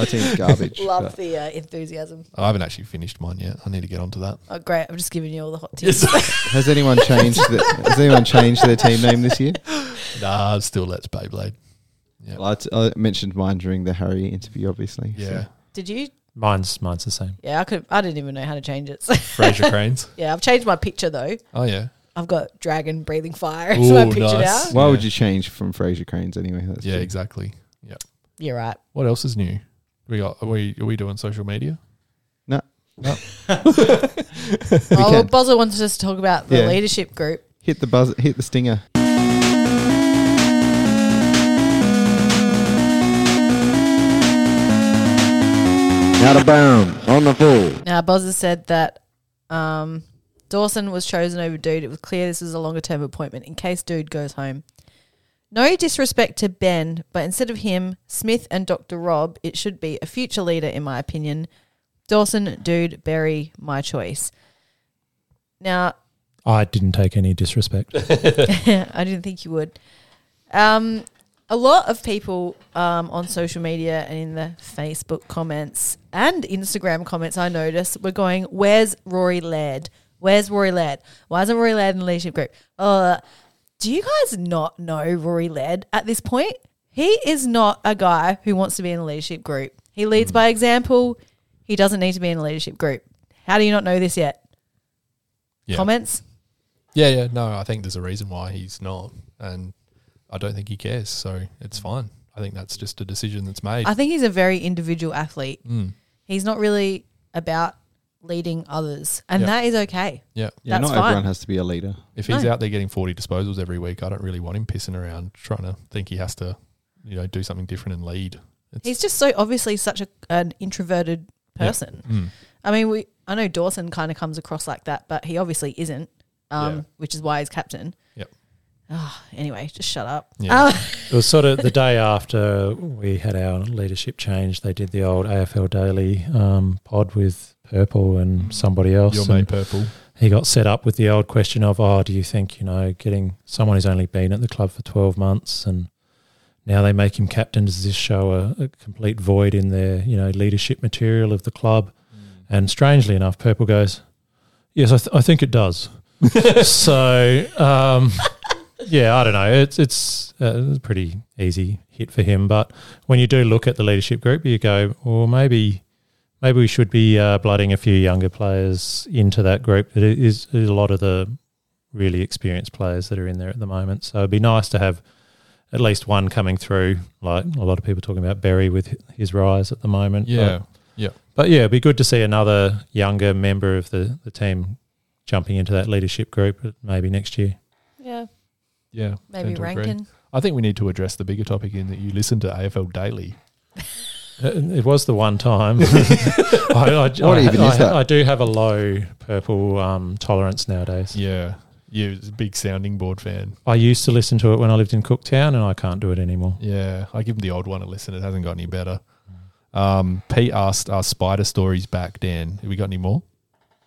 S2: team's garbage.
S5: Love
S2: but-
S5: the uh, enthusiasm.
S3: I haven't actually finished mine yet. I need to get onto that.
S5: Oh, great. I've just given you all the hot tips.
S2: Has anyone changed? The, has anyone changed their team name this year?
S3: Nah, it still let's Beyblade.
S2: Well, I, t- I mentioned mine during the Harry interview, obviously. so-
S3: Yeah.
S5: Did you?
S4: Mine's mine's the same.
S5: Yeah, I could. I didn't even know how to change it.
S3: Fraser Cranes.
S5: yeah, I've changed my picture though.
S3: Oh yeah.
S5: I've got dragon breathing fire as my
S3: Ooh,
S5: picture now.
S3: nice.
S2: Why
S3: Yeah.
S2: would you change from Fraser Cranes anyway? That's
S3: Yeah,
S2: true.
S3: exactly. Yeah.
S5: You're right.
S3: What else is new? We got. Are we are we doing social media?
S2: No.
S3: No.
S5: Oh, well,
S2: can.
S5: Bozza wanted us to talk about the
S2: Yeah.
S5: leadership group.
S2: Hit the buzz. Hit the stinger.
S7: Out of bounds, on the full.
S5: Now, Bozza said that um, Dawson was chosen over Dude. It was clear this was a longer term appointment in case Dude goes home. No disrespect to Ben, but instead of him, Smith and Dr. Rob, it should be a future leader, in my opinion. Dawson, Dude, Berry, my choice. Now,
S4: I didn't take any disrespect.
S5: I didn't think you would. Um, a lot of people um, on social media and in the Facebook comments and Instagram comments, I noticed, were going, "Where's Rory Laird? Where's Rory Laird? Why isn't Rory Laird in the leadership group?" Uh, do you guys not know Rory Laird at this point? He is not a guy who wants to be in a leadership group. He leads by example. He doesn't need to be in a leadership group. How do you not know this yet?
S3: Yeah.
S5: Comments?
S3: Yeah, yeah. No, I think there's a reason why he's not, and I don't think he cares. So it's fine. I think that's just a decision that's made.
S5: I think he's a very individual athlete.
S3: Mm.
S5: He's not really about leading others, and
S3: Yeah.
S5: that is okay.
S3: Yeah.
S2: Yeah,
S5: That's
S2: not
S5: fine.
S2: everyone has to be a leader.
S3: If he's
S5: No.
S3: out there getting 40 disposals every week, I don't really want him pissing around trying to think he has to, you know, do something different and lead. It's,
S5: He's just so obviously such a, an introverted person.
S3: Mm.
S5: I mean, we I know Dawson kind of comes across like that, but he obviously isn't, um,
S3: Yeah.
S5: which is why he's captain.
S3: Yep.
S5: Ah, anyway, just shut up.
S3: Yeah.
S5: Uh,
S4: It was sort of the day after we had our leadership change. They did the old AFL Daily um, pod with Purple and somebody else.
S3: your
S4: and
S3: mate purple.
S4: he got set up with the old question of, "Oh, do you think you know getting someone who's only been at the club for twelve months and now they make him captain? Does this show a, a complete void in their you know leadership material of the club?" And strangely enough, Purple goes, "Yes, I, th- I think it does." so, um, yeah, I don't know. It's it's uh, a pretty easy hit for him, but when you do look at the leadership group, you go, "Well, maybe." Maybe we should be uh, blooding a few younger players into that group. It is, it is a lot of the really experienced players that are in there at the moment. So it'd be nice to have at least one coming through. Like a lot of people talking about Berry with his rise at the moment. but-
S3: Yeah. Yeah.
S4: but yeah, it'd be good to see another younger member of the, the team jumping into that leadership group uh, maybe next year.
S5: yeah,
S3: Yeah.
S5: maybe
S3: tend to agree.
S5: Rankin.
S3: I think we need to address the bigger topic in that you listen to AFL Daily.
S4: Uh, It it was the one time. I, I,
S2: What
S4: I-
S2: even is
S4: I-
S2: that?
S4: I do have a low purple um, tolerance nowadays.
S3: Yeah. You're a big sounding board fan.
S4: I used to listen to it when I lived in Cooktown, and I can't do it anymore.
S3: Yeah. I give him the old one a listen. It hasn't got any better. Um, Pete asked our spider stories back, Dan. Have we got any more?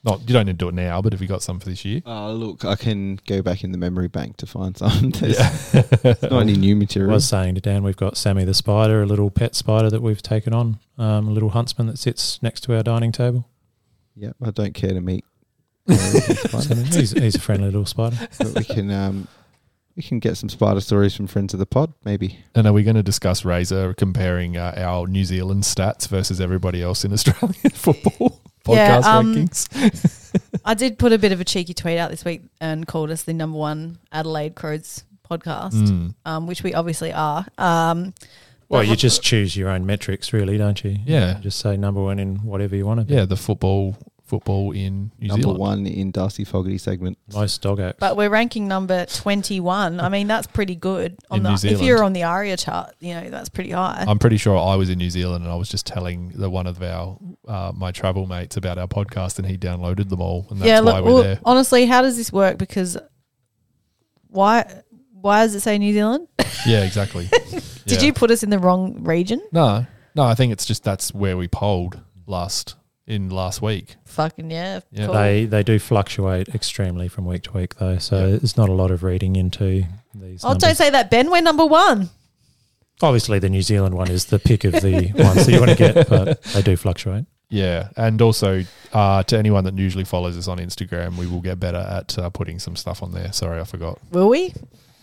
S3: Not, you don't need to do it now, but have we got some for this year?
S2: Oh, look, I can go back in the memory bank to find some. There's not any new
S4: I
S2: material.
S4: was saying to Dan, we've got Sammy the spider, a little pet spider that we've taken on, um, a little huntsman that sits next to our dining table.
S2: Yeah, I don't care to meet. uh, spiders,
S4: Sammy, he's, he's a friendly little spider.
S2: but we can um, we can get some spider stories from friends of the pod, maybe.
S3: And are we going to discuss Razor comparing uh, our New Zealand stats versus everybody else in Australian football
S5: Yeah,
S3: podcast
S5: um,
S3: rankings?
S5: I did put a bit of a cheeky tweet out this week and called us the number one Adelaide Crows podcast,
S3: Mm.
S5: um, which we obviously are. Um,
S4: Well, you just choose your own metrics, really, don't you?
S3: Yeah.
S4: You just say number one in whatever you want to be.
S3: Yeah, the football football in New
S2: Number
S3: Zealand.
S2: one in Darcy Fogarty segment.
S4: Most dog acts.
S5: But we're ranking number 21. I mean, that's pretty good. On
S3: In
S5: the,
S3: New
S5: If
S3: Zealand.
S5: you're on the ARIA chart, you know, that's pretty high.
S3: I'm pretty sure I was in New Zealand and I was just telling the one of our uh, my travel mates about our podcast and he downloaded them all and that's why we're
S5: well,
S3: there.
S5: honestly, how does this work? Because why why does it say New Zealand?
S3: Yeah, exactly.
S5: Did
S3: Yeah.
S5: you put us in the wrong region?
S3: No, no. I think it's just that's where we polled last in last week.
S5: Fucking yeah.
S3: Yeah.
S5: cool.
S4: They they do fluctuate extremely from week to week, though. So there's not a lot of reading into these.
S5: oh,
S4: numbers.
S5: don't say that, Ben. We're number one.
S4: Obviously, the New Zealand one is the pick of the ones that you want to get, but they do fluctuate.
S3: Yeah, and also uh, to anyone that usually follows us on Instagram, we will get better at uh, putting some stuff on there. Sorry, I forgot.
S5: Will we?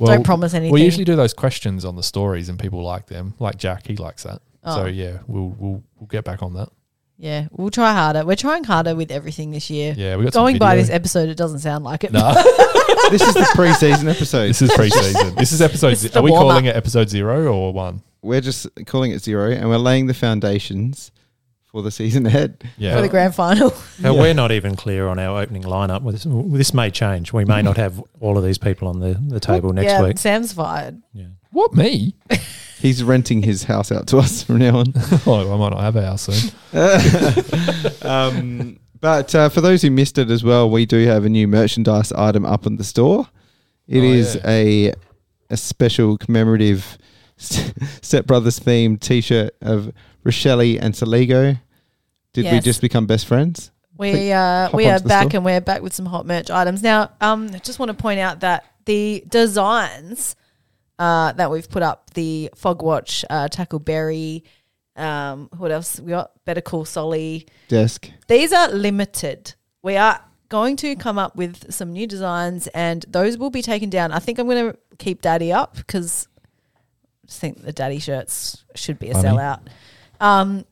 S5: Don't promise anything.
S3: We usually do those questions on the stories, and people like them. Like Jack, he likes that.
S5: Oh.
S3: So yeah, we'll we'll we'll get back on that.
S5: Yeah, we'll try harder. We're trying harder with everything this year.
S3: Yeah, we got some
S5: going by
S3: video.
S5: this episode. It doesn't sound like it.
S3: Nah.
S2: this is the pre-season episode.
S3: This is pre-season. this is episode.
S5: This is
S3: ze-
S5: the
S3: are we
S5: warm-up.
S3: calling it episode zero or one?
S2: We're just calling it zero, and we're laying the foundations for the season ahead.
S3: Yeah.
S5: for the grand final.
S4: And we're not even clear on our opening lineup. Well, This, well, this may change. We may not have all of these people on the, the table next
S5: yeah,
S4: week.
S5: Sam's fired.
S3: What me?
S2: He's renting his house out to us from now on.
S3: oh, I might not have ours soon.
S2: um, but uh, for those who missed it as well, we do have a new merchandise item up in the store. It
S3: Oh,
S2: is
S3: yeah.
S2: a a special commemorative Step Brothers themed T-shirt of Rochelle and Saligo. Did we
S5: Yes.
S2: just become best friends?
S5: We
S2: Click-
S5: uh,
S2: hop
S5: we are
S2: onto the
S5: back
S2: store.
S5: and we're back with some hot merch items. Now, um, I just want to point out that the designs uh, that we've put up the Fogwatch, uh, Tackleberry, um, what else? We got Better Call Solly.
S2: Desk.
S5: These are limited. We are going to come up with some new designs, and those will be taken down. I think I'm going to keep Daddy up because I just think the Daddy shirts should be a
S3: Funny.
S5: sellout. Um,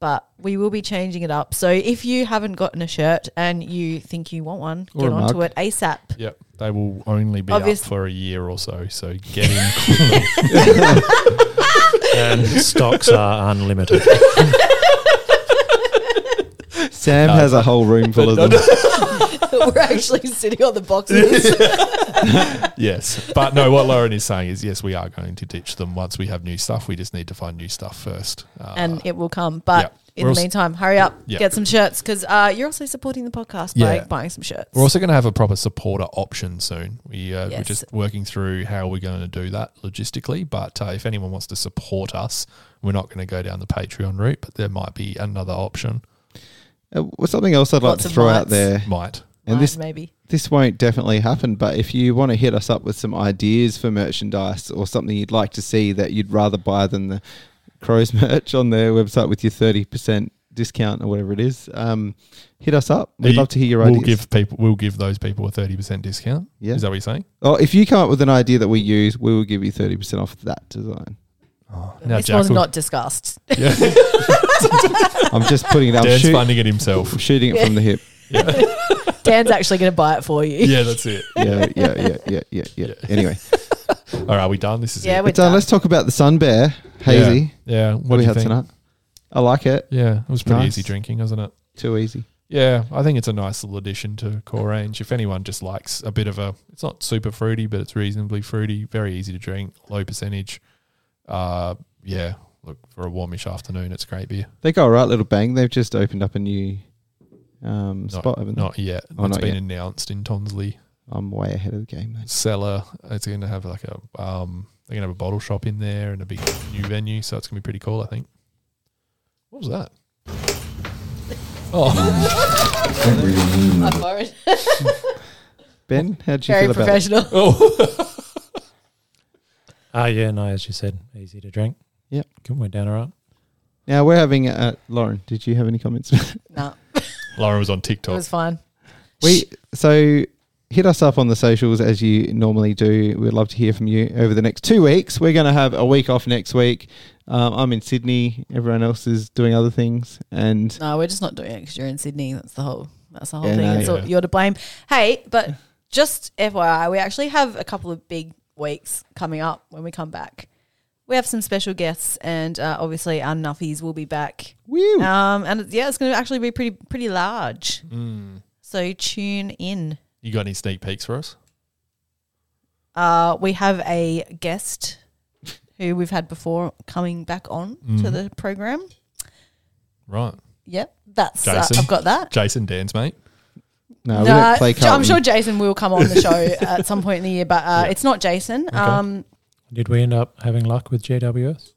S5: but we will be changing it up. So if you haven't gotten a shirt and you think you want one,
S2: Or
S5: get
S2: a
S5: onto
S2: mug.
S5: it ASAP.
S3: Yep, they will only be
S5: Obvious-
S3: up for a year or so. So get in quickly.
S4: And stocks are unlimited.
S2: Sam has a whole room full of them.
S5: We're actually sitting on the boxes.
S3: yes, but no. What Lauren is saying is yes, we are going to ditch them once we have new stuff. We just need to find new stuff first. Uh,
S5: and it will come. But
S3: Yeah.
S5: in
S3: We're
S5: the
S3: als-
S5: meantime, hurry up,
S3: Yeah.
S5: get some shirts because uh, you're also supporting the podcast by
S3: Yeah.
S5: buying some shirts.
S3: We're also going to have a proper supporter option soon. We, uh, We're
S5: Yes.
S3: just working through how we're going to do that logistically. But uh, if anyone wants to support us, we're not going to go down the Patreon route, but there might be another option.
S2: Uh, well, something else I'd
S5: Lots
S2: like
S5: of
S2: to throw out
S5: lights.
S2: there,
S3: Might.
S2: and
S5: Mine,
S2: this
S5: maybe.
S2: this won't definitely happen, but if you want to hit us up with some ideas for merchandise or something you'd like to see that you'd rather buy than the Crows merch on their website with your 30% discount or whatever it is, um, hit us up. We'd love to hear your
S3: we'll
S2: ideas.
S3: Give people, we'll give those people a 30% discount.
S2: Yeah.
S3: Is that what you're saying?
S2: oh, if you come up with an idea that we use, we will give you 30% off that design.
S3: Now
S5: this
S3: Jack
S5: was
S3: will-
S5: not discussed.
S3: Yeah.
S2: I'm just putting it up.
S3: Dan's
S2: Oh, Shoot,
S3: funding it himself.
S2: shooting it from the hip.
S5: Dan's actually going to buy it for you.
S3: yeah, that's it.
S2: Yeah, yeah, yeah, yeah, yeah, yeah. Anyway,
S3: All right, we done? This is
S5: Yeah,
S3: it.
S5: we're
S2: but, uh,
S5: done.
S2: let's talk about the Sun Bear, Hazy,
S3: Yeah. yeah.
S2: that
S3: What
S2: we
S3: do you
S2: had
S3: think?
S2: tonight. I like it.
S3: Yeah, it was pretty
S2: Nice.
S3: easy drinking, wasn't it?
S2: Too easy.
S3: Yeah, I think it's a nice little addition to core range. If anyone just likes a bit of a, it's not super fruity, but it's reasonably fruity, very easy to drink, low percentage. Uh, yeah, look for a warmish afternoon, it's great beer.
S2: They go all right, little bang. They've just opened up a new um,
S3: Not,
S2: spot, haven't they?
S3: not yet.
S2: Oh,
S3: it's
S2: not
S3: been
S2: yet.
S3: announced in Tonsley
S2: I'm way ahead of the game. Though.
S3: cellar. It's going to have like a, um, they're going to have a bottle shop in there and a big new venue, so it's going to be pretty cool. I think. What was that? Oh,
S5: I'm worried.
S2: Ben, how would you
S5: Very
S2: feel about it?
S5: professional.
S4: Ah, yeah, no, as you said, easy to drink.
S2: Yep.
S4: Good, we're down all right.
S2: Now we're having uh, Lauren. Did you have any comments?
S5: no,
S3: Lauren was on
S5: it
S3: TikTok.
S5: was fine.
S2: we so hit us up on the socials as you normally do. We'd love to hear from you over the next two weeks. We're going to have a week off next week. Um, I'm in Sydney. Everyone else is doing other things, and
S5: No, we're just not doing it because you're in Sydney. That's the whole. That's the whole
S2: Yeah,
S5: thing.
S2: no,
S5: It's all-
S3: yeah.
S5: you're to blame. Hey, but just FYI, we actually have a couple of big weeks coming up when we come back. We have some special guests, and uh, obviously our nuffies will be back.
S2: woo.
S5: Um, and it's- yeah, it's going to actually be pretty pretty large.
S3: Hmm.
S5: So tune in.
S3: You got any sneak peeks for us?
S5: Uh, we have a guest who we've had before coming back on to the program.
S3: Right,
S5: Yep, that's uh,
S3: Jason.
S5: I've got that.
S3: Jason, Dan's mate.
S2: no, we
S5: Nah,
S2: don't play
S5: J- I'm
S2: Carlton.
S5: sure Jason will come on the show at some point in the year, but uh, it's not Jason. Um,
S4: Did we end up having luck with GWS?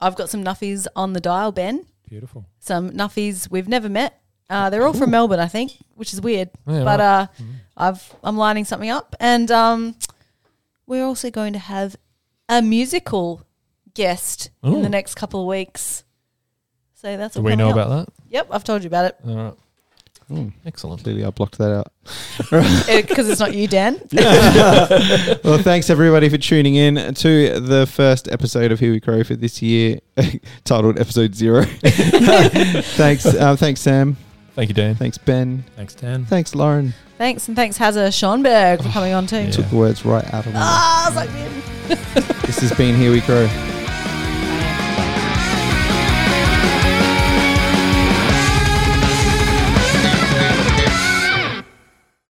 S5: I've got some nuffies on the dial, Ben.
S4: Beautiful.
S5: Some nuffies we've never met. Uh, they're all from Melbourne, I think, which is weird.
S3: Yeah,
S5: but
S3: right. Mm-hmm.
S5: uh, I've I'm lining something up, and um, we're also going to have a musical guest
S3: Ooh.
S5: in the next couple of weeks. So that's
S3: Do
S5: all
S3: we
S5: coming
S3: know
S5: up.
S3: about that?
S5: Yep, I've told you about it
S3: All right. Excellent.
S2: Clearly, I blocked that out.
S5: because Uh, it's not you, Dan.
S2: well, thanks everybody for tuning in to the first episode of Here We Crow for this year, titled Episode Zero. thanks, uh, thanks Sam.
S3: Thank you, Dan.
S2: Thanks Ben.
S4: Thanks, Dan.
S2: Thanks Lauren.
S5: Thanks, and thanks Hazza Schoenberg for coming on too.
S2: Took the words right out of me.
S5: Ah, it's like me.
S2: This has been Here We Crow.